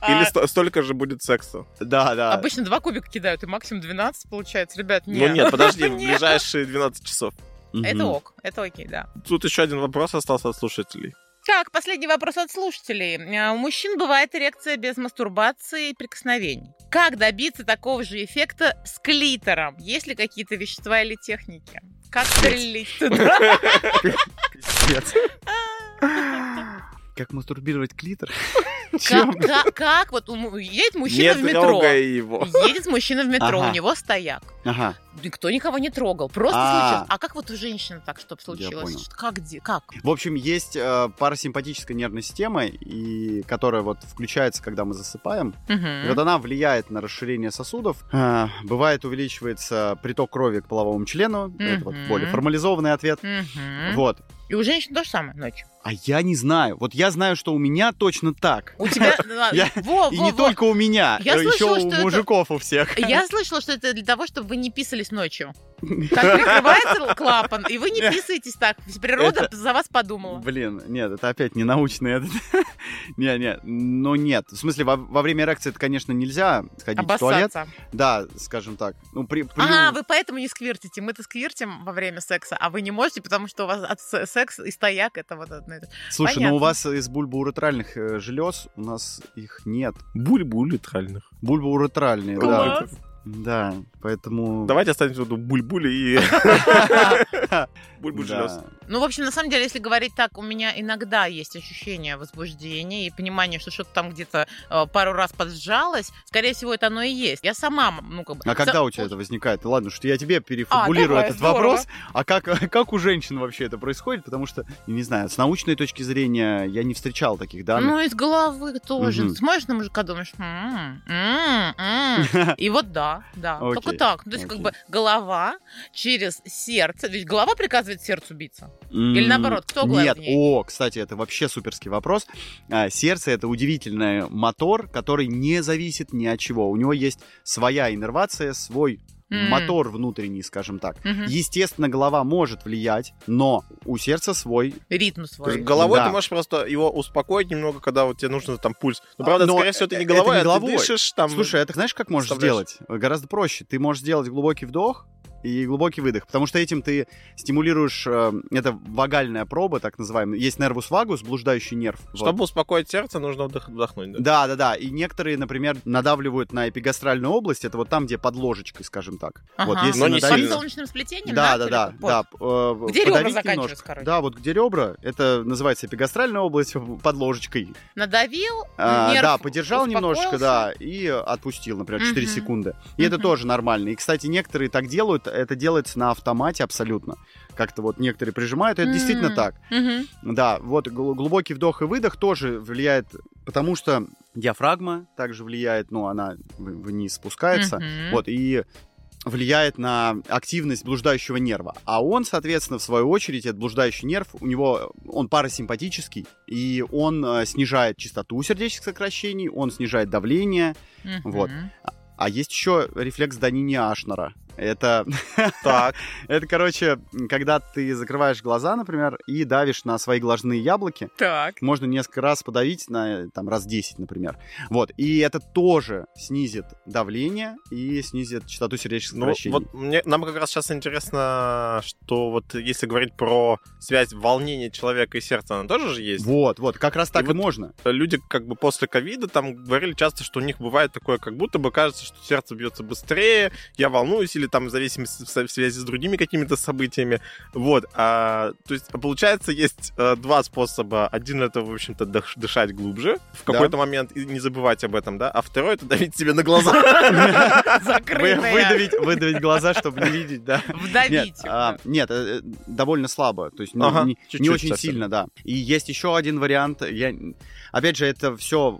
Speaker 1: А,
Speaker 2: Или сто- столько же будет А секса.
Speaker 3: Да, да.
Speaker 1: Обычно два кубика кидают, и максимум 12 получается. Ребят,
Speaker 2: Ну нет, подожди, в
Speaker 1: Нет.
Speaker 2: ближайшие 12 часов.
Speaker 3: Мгм.
Speaker 1: Это ок, это окей, да.
Speaker 2: Тут еще один вопрос остался от слушателей.
Speaker 1: Так, последний вопрос от слушателей. А, У мужчин бывает эрекция без мастурбации и прикосновений. Как добиться такого же эффекта с клитором? Есть ли какие-то вещества или техники? Как стрелить туда?
Speaker 3: Пиздец. Как мастурбировать клитор? Чё?
Speaker 1: Как- Как как? вот у му- едет
Speaker 2: не
Speaker 1: мужчина в метро?
Speaker 2: трогай его.
Speaker 1: Едет мужчина в метро,
Speaker 3: Ага.
Speaker 1: у него стояк.
Speaker 3: Ага.
Speaker 1: Никто никого не трогал, просто
Speaker 3: А.
Speaker 1: случилось. А как вот у женщины так, чтобы
Speaker 3: понял.
Speaker 1: случилось? Как? где- Как?
Speaker 3: В общем, есть э, парасимпатическая нервная система, и которая вот включается, когда мы засыпаем. И вот
Speaker 1: Мгм.
Speaker 3: она влияет на расширение сосудов. А, Бывает увеличивается приток крови к половому члену. Это вот
Speaker 1: Мгм.
Speaker 3: более формализованный ответ.
Speaker 1: Мгм.
Speaker 3: Вот.
Speaker 1: И у женщин то же самое ночью.
Speaker 3: А я не знаю. Вот я знаю, что у меня точно так.
Speaker 1: У тебя...
Speaker 3: Я-
Speaker 1: Во,
Speaker 3: И
Speaker 1: во,
Speaker 3: не
Speaker 1: во.
Speaker 3: только у меня,
Speaker 1: Я
Speaker 3: еще
Speaker 1: слышала,
Speaker 3: у
Speaker 1: что это-
Speaker 3: мужиков у всех.
Speaker 1: Я слышала, что это для того, чтобы вы не писали проснулись ночью. Так прикрывается клапан, и вы не
Speaker 3: Нет.
Speaker 1: писаетесь так. Природа за вас подумала.
Speaker 3: Э. Блин, нет, это опять не научный этот. Не, не, ну нет. В смысле, во, во время эрекции это, конечно, нельзя сходить в туалет.
Speaker 1: Обоссаться.
Speaker 3: Да, скажем так. Ну, при, при-
Speaker 1: А, вы поэтому не сквиртите. Мы-то сквиртим во время секса, а вы не можете, потому что у вас от се- секс и стояк это вот одно и то же.
Speaker 3: Слушай, ну
Speaker 1: понятно.
Speaker 3: у вас из бульбоуретральных э, желез у нас их нет.
Speaker 2: Буль-буль литральных.
Speaker 3: Бульбоуретральные, Ну да.
Speaker 1: Класс.
Speaker 3: Да, поэтому...
Speaker 2: Давайте останемся в буль-буль и... Буль-буль
Speaker 3: Да.
Speaker 2: желез.
Speaker 1: Ну, в общем, на самом деле, если говорить так, у меня иногда есть ощущение возбуждения и понимание, что что-то там где-то э, пару раз поджалось. Скорее всего, это оно и есть. Я сама, ну, как бы...
Speaker 3: А когда
Speaker 1: со-
Speaker 3: у тебя это возникает? Ладно, что я тебе переформулирую
Speaker 1: давай,
Speaker 3: этот
Speaker 1: здорово.
Speaker 3: вопрос. А как, как у женщин вообще это происходит? Потому что, я не знаю, с научной точки зрения я не встречал таких данных.
Speaker 1: Ну, из головы тоже.
Speaker 3: Мгм.
Speaker 1: Смотришь на мужика, думаешь, «М, м, м». и вот да, да.
Speaker 3: Окей,
Speaker 1: Только так. То есть, как
Speaker 3: окей.
Speaker 1: бы голова через сердце. Ведь голова приказывает сердцу биться.
Speaker 3: М,
Speaker 1: Или наоборот, кто
Speaker 3: Нет,
Speaker 1: главнее?
Speaker 3: о, кстати, это вообще суперский вопрос. А, Сердце это удивительный мотор, который не зависит ни от чего. У него есть своя иннервация, свой
Speaker 1: М.
Speaker 3: мотор внутренний, скажем так.
Speaker 1: Мгм.
Speaker 3: Естественно, голова может влиять, но у сердца свой.
Speaker 1: Ритм
Speaker 2: То есть
Speaker 1: свой.
Speaker 2: Головой
Speaker 3: Да.
Speaker 2: ты можешь просто его успокоить немного, когда вот тебе нужно там пульс. Ну, правда,
Speaker 3: А, но
Speaker 2: скорее всего, ты не
Speaker 3: это не
Speaker 2: головой, а ты
Speaker 3: головой.
Speaker 2: дышишь там.
Speaker 3: Слушай, это знаешь, как можешь
Speaker 2: Представляешь?
Speaker 3: сделать? Гораздо проще. Ты можешь сделать глубокий вдох и глубокий выдох, потому что этим ты стимулируешь, э, это вагальная проба, так называемая. Есть нервус вагус, блуждающий нерв. Вот.
Speaker 2: Чтобы успокоить сердце, нужно вдох- вдохнуть. да?
Speaker 3: Да, да, да. И некоторые, например, надавливают на эпигастральную область. Это вот там, где под ложечкой, скажем так.
Speaker 1: Ага.
Speaker 3: Вот если
Speaker 2: Но не
Speaker 3: надавить-
Speaker 2: сильно.
Speaker 1: Под солнечным сплетением?
Speaker 3: Да,
Speaker 1: на
Speaker 3: да,
Speaker 1: теле,
Speaker 3: да,
Speaker 1: как под?
Speaker 3: да. э,
Speaker 1: Где ребра
Speaker 3: подавить
Speaker 1: заканчиваются,
Speaker 3: немножко.
Speaker 1: короче.
Speaker 3: Да, вот где ребра, это называется эпигастральная область э, под ложечкой.
Speaker 1: Надавил,
Speaker 3: А,
Speaker 1: Ну, нерв
Speaker 3: да, подержал немножко,
Speaker 1: успокоился.
Speaker 3: да, и отпустил, например, 4
Speaker 1: Мгм.
Speaker 3: секунды. И это
Speaker 1: Мгм.
Speaker 3: тоже нормально. И, кстати, некоторые так делают, это делается на автомате абсолютно. Как-то вот некоторые прижимают, и это действительно
Speaker 1: М.
Speaker 3: так.
Speaker 1: Мгм.
Speaker 3: Да, вот гл- глубокий вдох и выдох тоже влияет, потому что диафрагма также влияет, ну, она в- вниз спускается,
Speaker 1: Мгм.
Speaker 3: вот, и влияет на активность блуждающего нерва. А он, соответственно, в свою очередь, этот блуждающий нерв, у него, он парасимпатический, и он э, снижает частоту сердечных сокращений, он снижает давление,
Speaker 1: Мгм.
Speaker 3: вот. а есть еще рефлекс Данини Ашнера. Это,
Speaker 2: Так,
Speaker 3: это, короче, когда ты закрываешь глаза, например, и давишь на свои глазные яблоки,
Speaker 1: Так.
Speaker 3: можно несколько раз подавить, на, там, раз 10, например. Вот, и это тоже снизит давление и снизит частоту сердечных
Speaker 2: ну
Speaker 3: сокращений.
Speaker 2: вот мне, нам как раз сейчас интересно, что вот если говорить про связь волнения человека и сердца, она тоже же есть.
Speaker 3: Вот, вот, как раз так и,
Speaker 2: вот-
Speaker 3: можно.
Speaker 2: Люди как бы после ковида там говорили часто, что у них бывает такое, как будто бы кажется, что сердце бьется быстрее, я волнуюсь или там в зависимости в со- в связи с другими какими-то событиями. Вот, а, то есть получается есть э, два способа. Один это, в общем-то, дыш- дышать глубже в
Speaker 3: Да.
Speaker 2: какой-то момент и не забывать об этом, да, а второй это давить себе на глаза.
Speaker 3: Вы-
Speaker 1: Закрытая.
Speaker 3: выдавить, выдавить глаза, чтобы не видеть, да. Нет,
Speaker 1: Вдавить.
Speaker 3: а, нет, э, э, довольно слабо, то есть ну,
Speaker 2: Ага,
Speaker 3: не, не
Speaker 2: чуть-чуть
Speaker 3: очень
Speaker 2: совсем.
Speaker 3: сильно, да. И есть еще один вариант. Я, опять же, это все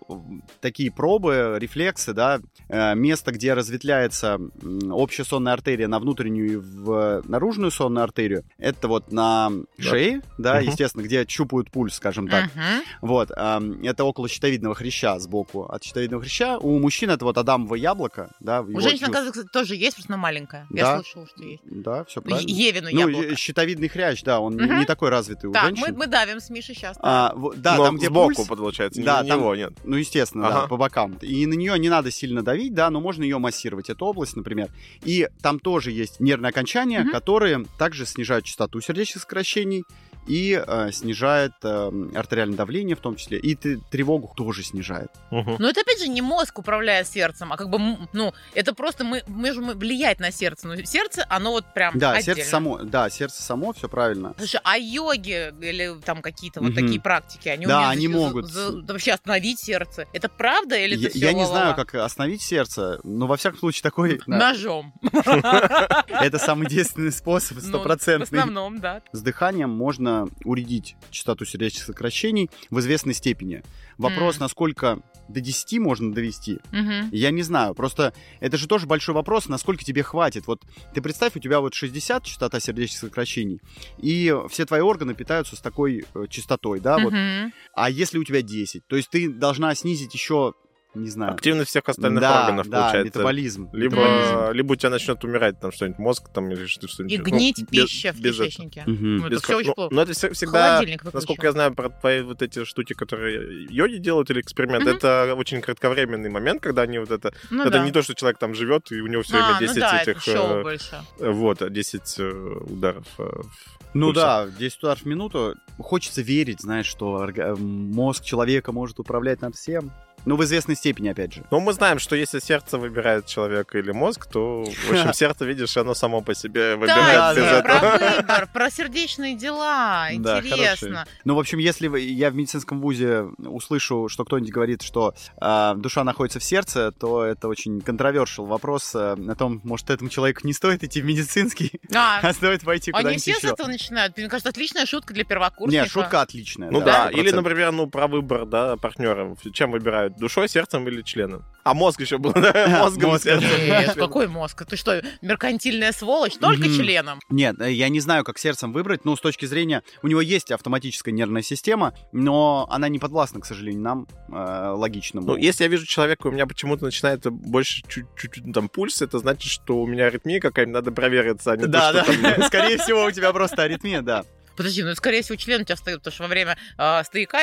Speaker 3: такие пробы, рефлексы, да, э, место, где разветвляется м, общая сонная артерия на внутреннюю и в э, наружную сонную артерию. Это вот на шее, да,
Speaker 2: Мгм.
Speaker 3: естественно, где чупают пульс, скажем так.
Speaker 1: Мгм.
Speaker 3: Вот, ам, это около щитовидного хряща сбоку от щитовидного хряща. У мужчин это вот адамово яблоко, да.
Speaker 1: У женщин, оказывается, кстати, тоже есть, просто она маленькая. Я
Speaker 3: ну. Да.
Speaker 1: слышала, что есть.
Speaker 3: Да, все
Speaker 1: Е-
Speaker 3: правильно.
Speaker 1: Евину
Speaker 3: Ну,
Speaker 1: яблоко.
Speaker 3: э, щитовидный хрящ, да, он не-
Speaker 1: Мгм.
Speaker 3: не такой развитый у
Speaker 1: Так, мы,
Speaker 3: женщин.
Speaker 1: мы давим с Мишей сейчас.
Speaker 3: А, вот, да,
Speaker 2: Но
Speaker 3: там где
Speaker 2: сбоку,
Speaker 3: пульс,
Speaker 2: получается,
Speaker 3: Да,
Speaker 2: не
Speaker 3: там-
Speaker 2: него, нет.
Speaker 3: ну, естественно,
Speaker 2: Ага.
Speaker 3: да, по бокам. И на нее не надо сильно давить, да, но можно ее массировать, эту область, например. И там тоже есть нервные окончания,
Speaker 1: Мгм.
Speaker 3: которые также снижают частоту сердечных сокращений и э, снижает э, артериальное давление в том числе. И т- тревогу тоже снижает.
Speaker 1: Но это опять же не мозг управляет сердцем, а как бы, м, ну, это просто мы можем влиять на сердце. Но сердце, оно вот прям
Speaker 3: Да,
Speaker 1: отдельно.
Speaker 3: сердце само, да, сердце само, все правильно.
Speaker 1: Слушай, а йоги или там какие-то вот
Speaker 3: Мгм.
Speaker 1: такие практики, они
Speaker 3: Да,
Speaker 1: умеют
Speaker 3: они
Speaker 1: за-
Speaker 3: могут.
Speaker 1: за- да вообще остановить сердце? Это правда или
Speaker 3: Я,
Speaker 1: это всё
Speaker 3: я не
Speaker 1: ла-ла-ла?
Speaker 3: знаю, как остановить сердце, но во всяком случае такой...
Speaker 1: Ну,
Speaker 3: да,
Speaker 1: Ножом.
Speaker 3: Это самый действенный способ,
Speaker 1: Ну, В
Speaker 3: стопроцентный.
Speaker 1: основном, да.
Speaker 3: С дыханием можно уредить частоту сердечных сокращений в известной степени. Вопрос,
Speaker 1: М.
Speaker 3: насколько до 10 можно довести,
Speaker 1: Мгм.
Speaker 3: я не знаю. Просто это же тоже большой вопрос, насколько тебе хватит. Вот ты представь, у тебя вот 60 частота сердечных сокращений, и все твои органы питаются с такой э, частотой, да, вот.
Speaker 1: Мгм.
Speaker 3: А если у тебя 10, то есть ты должна снизить еще Не знаю.
Speaker 2: Активность всех остальных
Speaker 3: да,
Speaker 2: органов,
Speaker 3: да,
Speaker 2: получается.
Speaker 3: метаболизм.
Speaker 2: Либо, либо у тебя начнет умирать там что-нибудь мозг, там или что- что-нибудь.
Speaker 1: И
Speaker 2: ну,
Speaker 1: гнить
Speaker 2: без-
Speaker 1: пища в
Speaker 2: без этого.
Speaker 1: кишечнике.
Speaker 3: Мгм.
Speaker 1: Ну, это
Speaker 2: Без
Speaker 1: все
Speaker 2: ко-
Speaker 1: очень
Speaker 2: ну,
Speaker 1: плохо.
Speaker 2: Но это все- всегда,
Speaker 1: Холодильник выключен.
Speaker 2: насколько я знаю, про твои вот эти штуки, которые йоги делают или эксперимент,
Speaker 1: Мгм.
Speaker 2: это очень кратковременный момент, когда они вот это...
Speaker 1: Ну
Speaker 2: это
Speaker 1: да.
Speaker 2: не то, что человек там живет, и у него все
Speaker 1: А,
Speaker 2: время
Speaker 1: ну
Speaker 2: 10
Speaker 1: да, это
Speaker 2: этих...
Speaker 1: шоу
Speaker 2: э,
Speaker 1: больше.
Speaker 2: э, вот, 10 э, ударов. э, в-
Speaker 3: Ну
Speaker 2: Пульса.
Speaker 3: да, 10 ударов в минуту. Хочется верить, знаешь, что орга- мозг человека может управлять нам всем. Ну, в известной степени, опять же.
Speaker 2: Но мы знаем, что если сердце выбирает человека или мозг, то, в общем, сердце, видишь, оно само по себе
Speaker 1: Да,
Speaker 2: выбирает
Speaker 3: без
Speaker 2: из
Speaker 1: да,
Speaker 2: этого.
Speaker 1: про выбор, про сердечные дела.
Speaker 3: Да,
Speaker 1: Интересно.
Speaker 3: Ну, в общем, если вы- я в медицинском вузе услышу, что кто-нибудь говорит, что а, душа находится в сердце, то это очень контровершил вопрос э, о том, может, этому человеку не стоит идти в медицинский,
Speaker 1: А,
Speaker 3: а стоит пойти
Speaker 1: Они
Speaker 3: куда-нибудь
Speaker 1: все с
Speaker 3: еще.
Speaker 1: этого начинают. Мне кажется, отличная шутка для первокурсника.
Speaker 3: Не, шутка отличная.
Speaker 2: Ну да, или,
Speaker 3: 100%.
Speaker 2: например, ну про выбор, да, партнеров. Чем выбирают? Душой, сердцем или членом? А мозг еще был, да? Мозгом,
Speaker 3: Мозг.
Speaker 2: сердцем.
Speaker 1: Нет, какой мозг? Ты что, меркантильная сволочь? Только
Speaker 3: Мгм.
Speaker 1: членом.
Speaker 3: Нет, э, я не знаю, как сердцем выбрать, но с точки зрения... У него есть автоматическая нервная система, но она не подвластна, к сожалению, нам, э, логичному.
Speaker 2: Ну, если я вижу человека, у меня почему-то начинает больше чуть-чуть ну, там пульс, это значит, что у меня аритмия какая-нибудь, надо провериться, а не то,
Speaker 3: Да,
Speaker 2: что там-
Speaker 3: да, скорее всего, у тебя просто аритмия, да.
Speaker 1: Подожди, ну, скорее всего, член у тебя встает, потому что во время э, стояка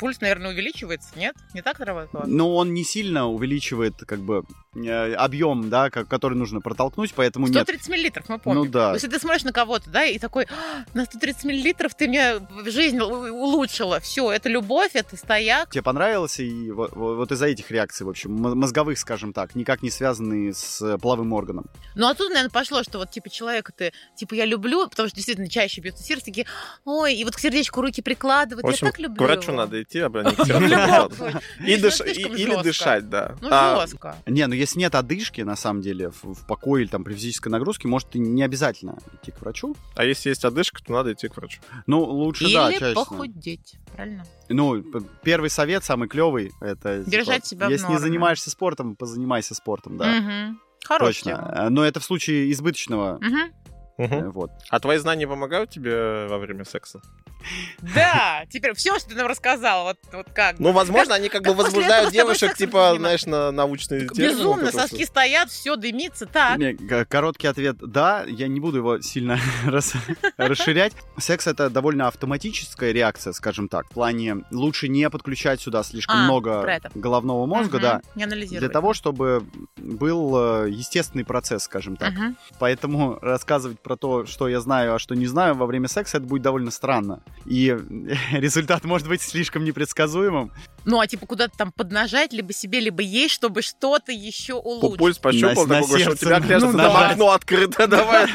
Speaker 1: пульс, наверное, увеличивается. Нет? Не так работало?
Speaker 3: Но он не сильно увеличивает, как бы, э, объем, да, ко- который нужно протолкнуть, поэтому нет.
Speaker 1: 130 миллилитров, мы помним.
Speaker 3: Ну да.
Speaker 1: Если ты смотришь на кого-то, да, и такой, «А, на 130 миллилитров ты мне жизнь у- улучшила. Все, это любовь, это стояк.
Speaker 3: Тебе понравилось, и во- во- вот из-за этих реакций, в общем, м- мозговых, скажем так, никак не связанные с э, половым органом.
Speaker 1: Ну, а тут, наверное, пошло, что вот, типа, человека ты, типа, я люблю, потому что действительно чаще бьется сердце, такие, ой, и вот к сердечку руки прикладывают,
Speaker 2: В общем,
Speaker 1: я так люблю
Speaker 2: к врачу
Speaker 1: его».
Speaker 2: надо идти, а не к
Speaker 1: В любом
Speaker 2: терапевту.
Speaker 1: случае.
Speaker 2: И
Speaker 1: Ну,
Speaker 2: дыш- и-
Speaker 1: слишком
Speaker 2: Или
Speaker 1: жестко.
Speaker 2: дышать, да.
Speaker 1: Ну,
Speaker 2: А,
Speaker 1: жестко.
Speaker 3: Не, ну если нет одышки, на самом деле, в, в покое или там при физической нагрузке, может, и не обязательно идти к врачу.
Speaker 2: А если есть одышка, то надо идти к врачу.
Speaker 3: Ну, лучше, да,
Speaker 1: Или
Speaker 3: чаще.
Speaker 1: похудеть, правильно?
Speaker 3: Ну, п- первый совет, самый клевый, это...
Speaker 1: Держать себя
Speaker 3: типа,
Speaker 1: в
Speaker 3: Если не
Speaker 1: норме.
Speaker 3: занимаешься спортом, позанимайся спортом, да.
Speaker 1: Мгм. Хорошая тема.
Speaker 3: Точно. Э, Но это в случае избыточного.
Speaker 1: Мгм.
Speaker 2: Мгм.
Speaker 3: э, Вот.
Speaker 2: А твои знания помогают тебе э, во время секса?
Speaker 1: Да, теперь все, что ты нам рассказал, вот, вот как.
Speaker 2: Ну, возможно, они как бы
Speaker 1: как после этого
Speaker 2: возбуждают
Speaker 1: с тобой
Speaker 2: девушек,
Speaker 1: сексом
Speaker 2: типа,
Speaker 1: заниматься?
Speaker 2: знаешь, на научные темы,
Speaker 1: Безумно,
Speaker 2: вот это
Speaker 1: соски стоят, все дымится, так.
Speaker 3: Не, к- Короткий ответ – да, я не буду его сильно рас- расширять. Секс – это довольно автоматическая реакция, скажем так, в плане лучше не подключать сюда слишком
Speaker 1: А, про
Speaker 3: много
Speaker 1: это.
Speaker 3: головного мозга,
Speaker 1: Мгм.
Speaker 3: да,
Speaker 1: Не анализировать.
Speaker 3: для того, чтобы был э, естественный процесс, скажем так.
Speaker 1: Мгм.
Speaker 3: Поэтому рассказывать про то, что я знаю, а что не знаю во время секса, это будет довольно странно. И результат может быть слишком непредсказуемым.
Speaker 1: Ну, а типа куда-то там поднажать, либо себе, либо ей, чтобы что-то еще
Speaker 2: всё.
Speaker 1: улучшить.
Speaker 2: Пульс пощупал,
Speaker 3: На- на
Speaker 2: такой, говоришь, у
Speaker 3: сердце Ну,
Speaker 2: тебя, кажется,
Speaker 3: надо
Speaker 2: там
Speaker 3: нажать.
Speaker 2: окно открыто, давай.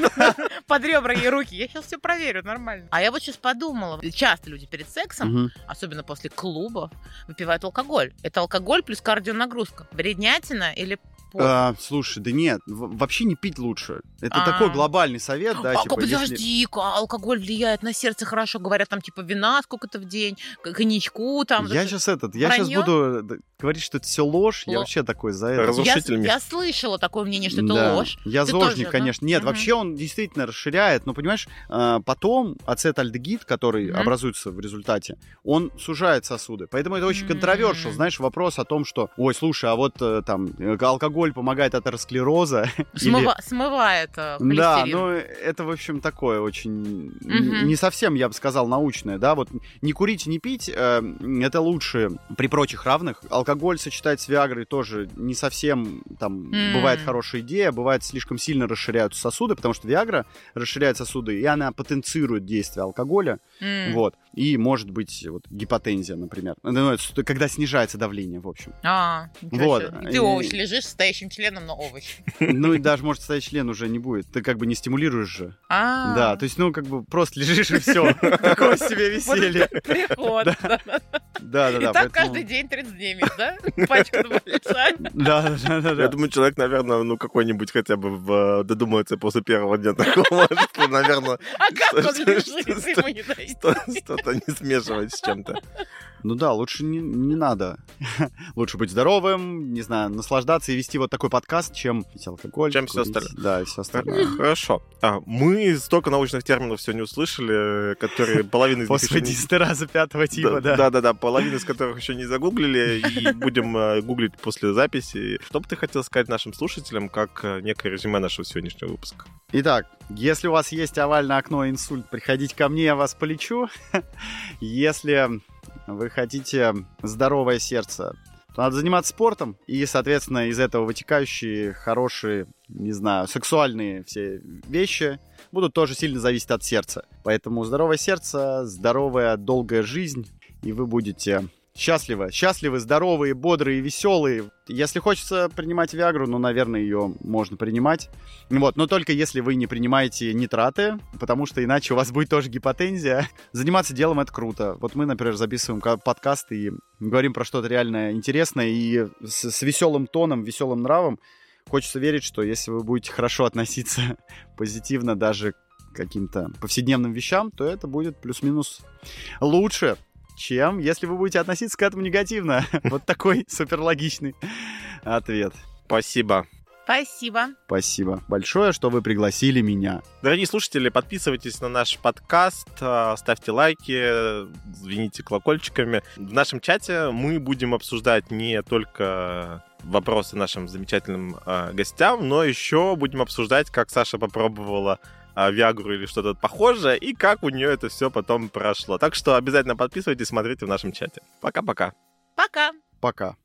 Speaker 1: Под ребра ей руки. Я сейчас все проверю, нормально. А я вот сейчас подумала. Часто люди перед сексом, особенно после клуба, выпивают алкоголь. Это алкоголь плюс кардионагрузка. Бреднятина или пофиг?
Speaker 3: А, слушай, да нет, в- вообще не пить лучше. Это
Speaker 1: А.
Speaker 3: такой глобальный совет, да,
Speaker 1: А,
Speaker 3: типа, если-
Speaker 1: подожди, а алкоголь влияет на сердце хорошо, говорят, там, типа, вина сколько-то в день, к- коньячку там.
Speaker 3: Я сейчас этот, я сейчас
Speaker 1: Враньё?
Speaker 3: буду да, говорить, что это все ложь. Я
Speaker 1: Ло-
Speaker 3: вообще такой за
Speaker 2: Раз-
Speaker 3: это.
Speaker 1: я,
Speaker 2: разрушитель миф.
Speaker 1: я слышала такое мнение, что это
Speaker 3: Да.
Speaker 1: ложь.
Speaker 3: Я
Speaker 1: Ты
Speaker 3: зожник,
Speaker 1: тоже, да?
Speaker 3: конечно. Нет,
Speaker 1: Мгм.
Speaker 3: вообще он действительно расширяет. Но, понимаешь, э, потом ацетальдегид, который
Speaker 1: Мгм.
Speaker 3: образуется в результате, он сужает сосуды. Поэтому это очень
Speaker 1: М.
Speaker 3: контровершил. Знаешь, вопрос о том, что, ой, слушай, а вот э, там э, алкоголь помогает от атеросклероза. Или-
Speaker 1: Смыва- Смывает э, холестерин.
Speaker 3: Да, ну это, в общем, такое очень...
Speaker 1: Мгм.
Speaker 3: Не совсем, я бы сказал, научное, да? Вот не курить, не пить, э, это лучше при прочих равных. Алкоголь сочетать с Виагрой тоже не совсем, там,
Speaker 1: М.
Speaker 3: бывает хорошая идея, бывает слишком сильно расширяются сосуды, потому что Виагра расширяет сосуды, и она потенцирует действие алкоголя,
Speaker 1: М.
Speaker 3: вот. И может быть вот гипотензия, например. Ну, это с- когда снижается давление, в общем.
Speaker 1: А, ничего
Speaker 3: Вот.
Speaker 1: себе. И ты
Speaker 3: И-
Speaker 1: овощ лежишь с стоящим членом на овощ.
Speaker 3: Ну и даже, может, стоять член уже не будет. Ты как бы не стимулируешь же.
Speaker 1: А,
Speaker 3: Да, то есть, ну, как бы просто лежишь и все. Такое себе
Speaker 1: вот
Speaker 3: веселье.
Speaker 1: это приход.
Speaker 3: Да, да,
Speaker 1: И
Speaker 3: да.
Speaker 1: так каждый день 30 дней, да? Пачка двухлица.
Speaker 3: Да, да, да,
Speaker 2: Я
Speaker 3: да.
Speaker 2: думаю, человек, наверное, ну какой-нибудь хотя бы в- э, додумается после первого дня такого, что, наверное,
Speaker 1: А как он
Speaker 2: Стой, стой,
Speaker 1: лежит,
Speaker 2: стой,
Speaker 1: ему не дойти?
Speaker 2: что- что-то не смешивать с чем-то.
Speaker 3: Ну да, лучше не, не надо. лучше быть здоровым, не знаю, наслаждаться и вести вот такой подкаст, чем пить алкоголь.
Speaker 2: Чем всё
Speaker 3: курить.
Speaker 2: остальное.
Speaker 3: Да, и все остальное.
Speaker 2: Хорошо. А, мы столько научных терминов сегодня услышали, которые половина из них
Speaker 3: После
Speaker 2: еще не-
Speaker 3: дистера пятого типа, да.
Speaker 2: Да, да, да, половина из которых еще не загуглили, и будем э, гуглить после записи. Что бы ты хотел сказать нашим слушателям, как э, некое резюме нашего сегодняшнего выпуска?
Speaker 3: Итак, если у вас есть овальное окно инсульт, приходите ко мне, я вас полечу. Если вы хотите здоровое сердце, то надо заниматься спортом, и, соответственно, из этого вытекающие хорошие, не знаю, сексуальные все вещи будут тоже сильно зависеть от сердца. Поэтому здоровое сердце, здоровая долгая жизнь, и вы будете счастливы. Счастливы, здоровые, бодрые, веселые. Если хочется принимать Виагру, ну, наверное, ее можно принимать. Вот, но только если вы не принимаете нитраты, потому что иначе у вас будет тоже гипотензия. Заниматься делом это круто. Вот мы, например, записываем ка- подкаст и говорим про что-то реально интересное и с, с веселым тоном, веселым нравом. Хочется верить, что если вы будете хорошо относиться позитивно даже к каким-то повседневным вещам, то это будет плюс-минус лучше, чем если вы будете относиться к этому негативно. Вот такой суперлогичный ответ.
Speaker 2: Спасибо.
Speaker 1: Спасибо.
Speaker 3: Спасибо большое, что вы пригласили меня.
Speaker 2: Дорогие слушатели, подписывайтесь на наш подкаст, э, ставьте лайки, звените колокольчиками. В нашем чате мы будем обсуждать не только вопросы нашим замечательным э, гостям, но еще будем обсуждать, как Саша попробовала э, Виагру или что-то похожее, и как у нее это все потом прошло. Так что обязательно подписывайтесь, смотрите в нашем чате. Пока-пока.
Speaker 1: Пока.
Speaker 3: Пока.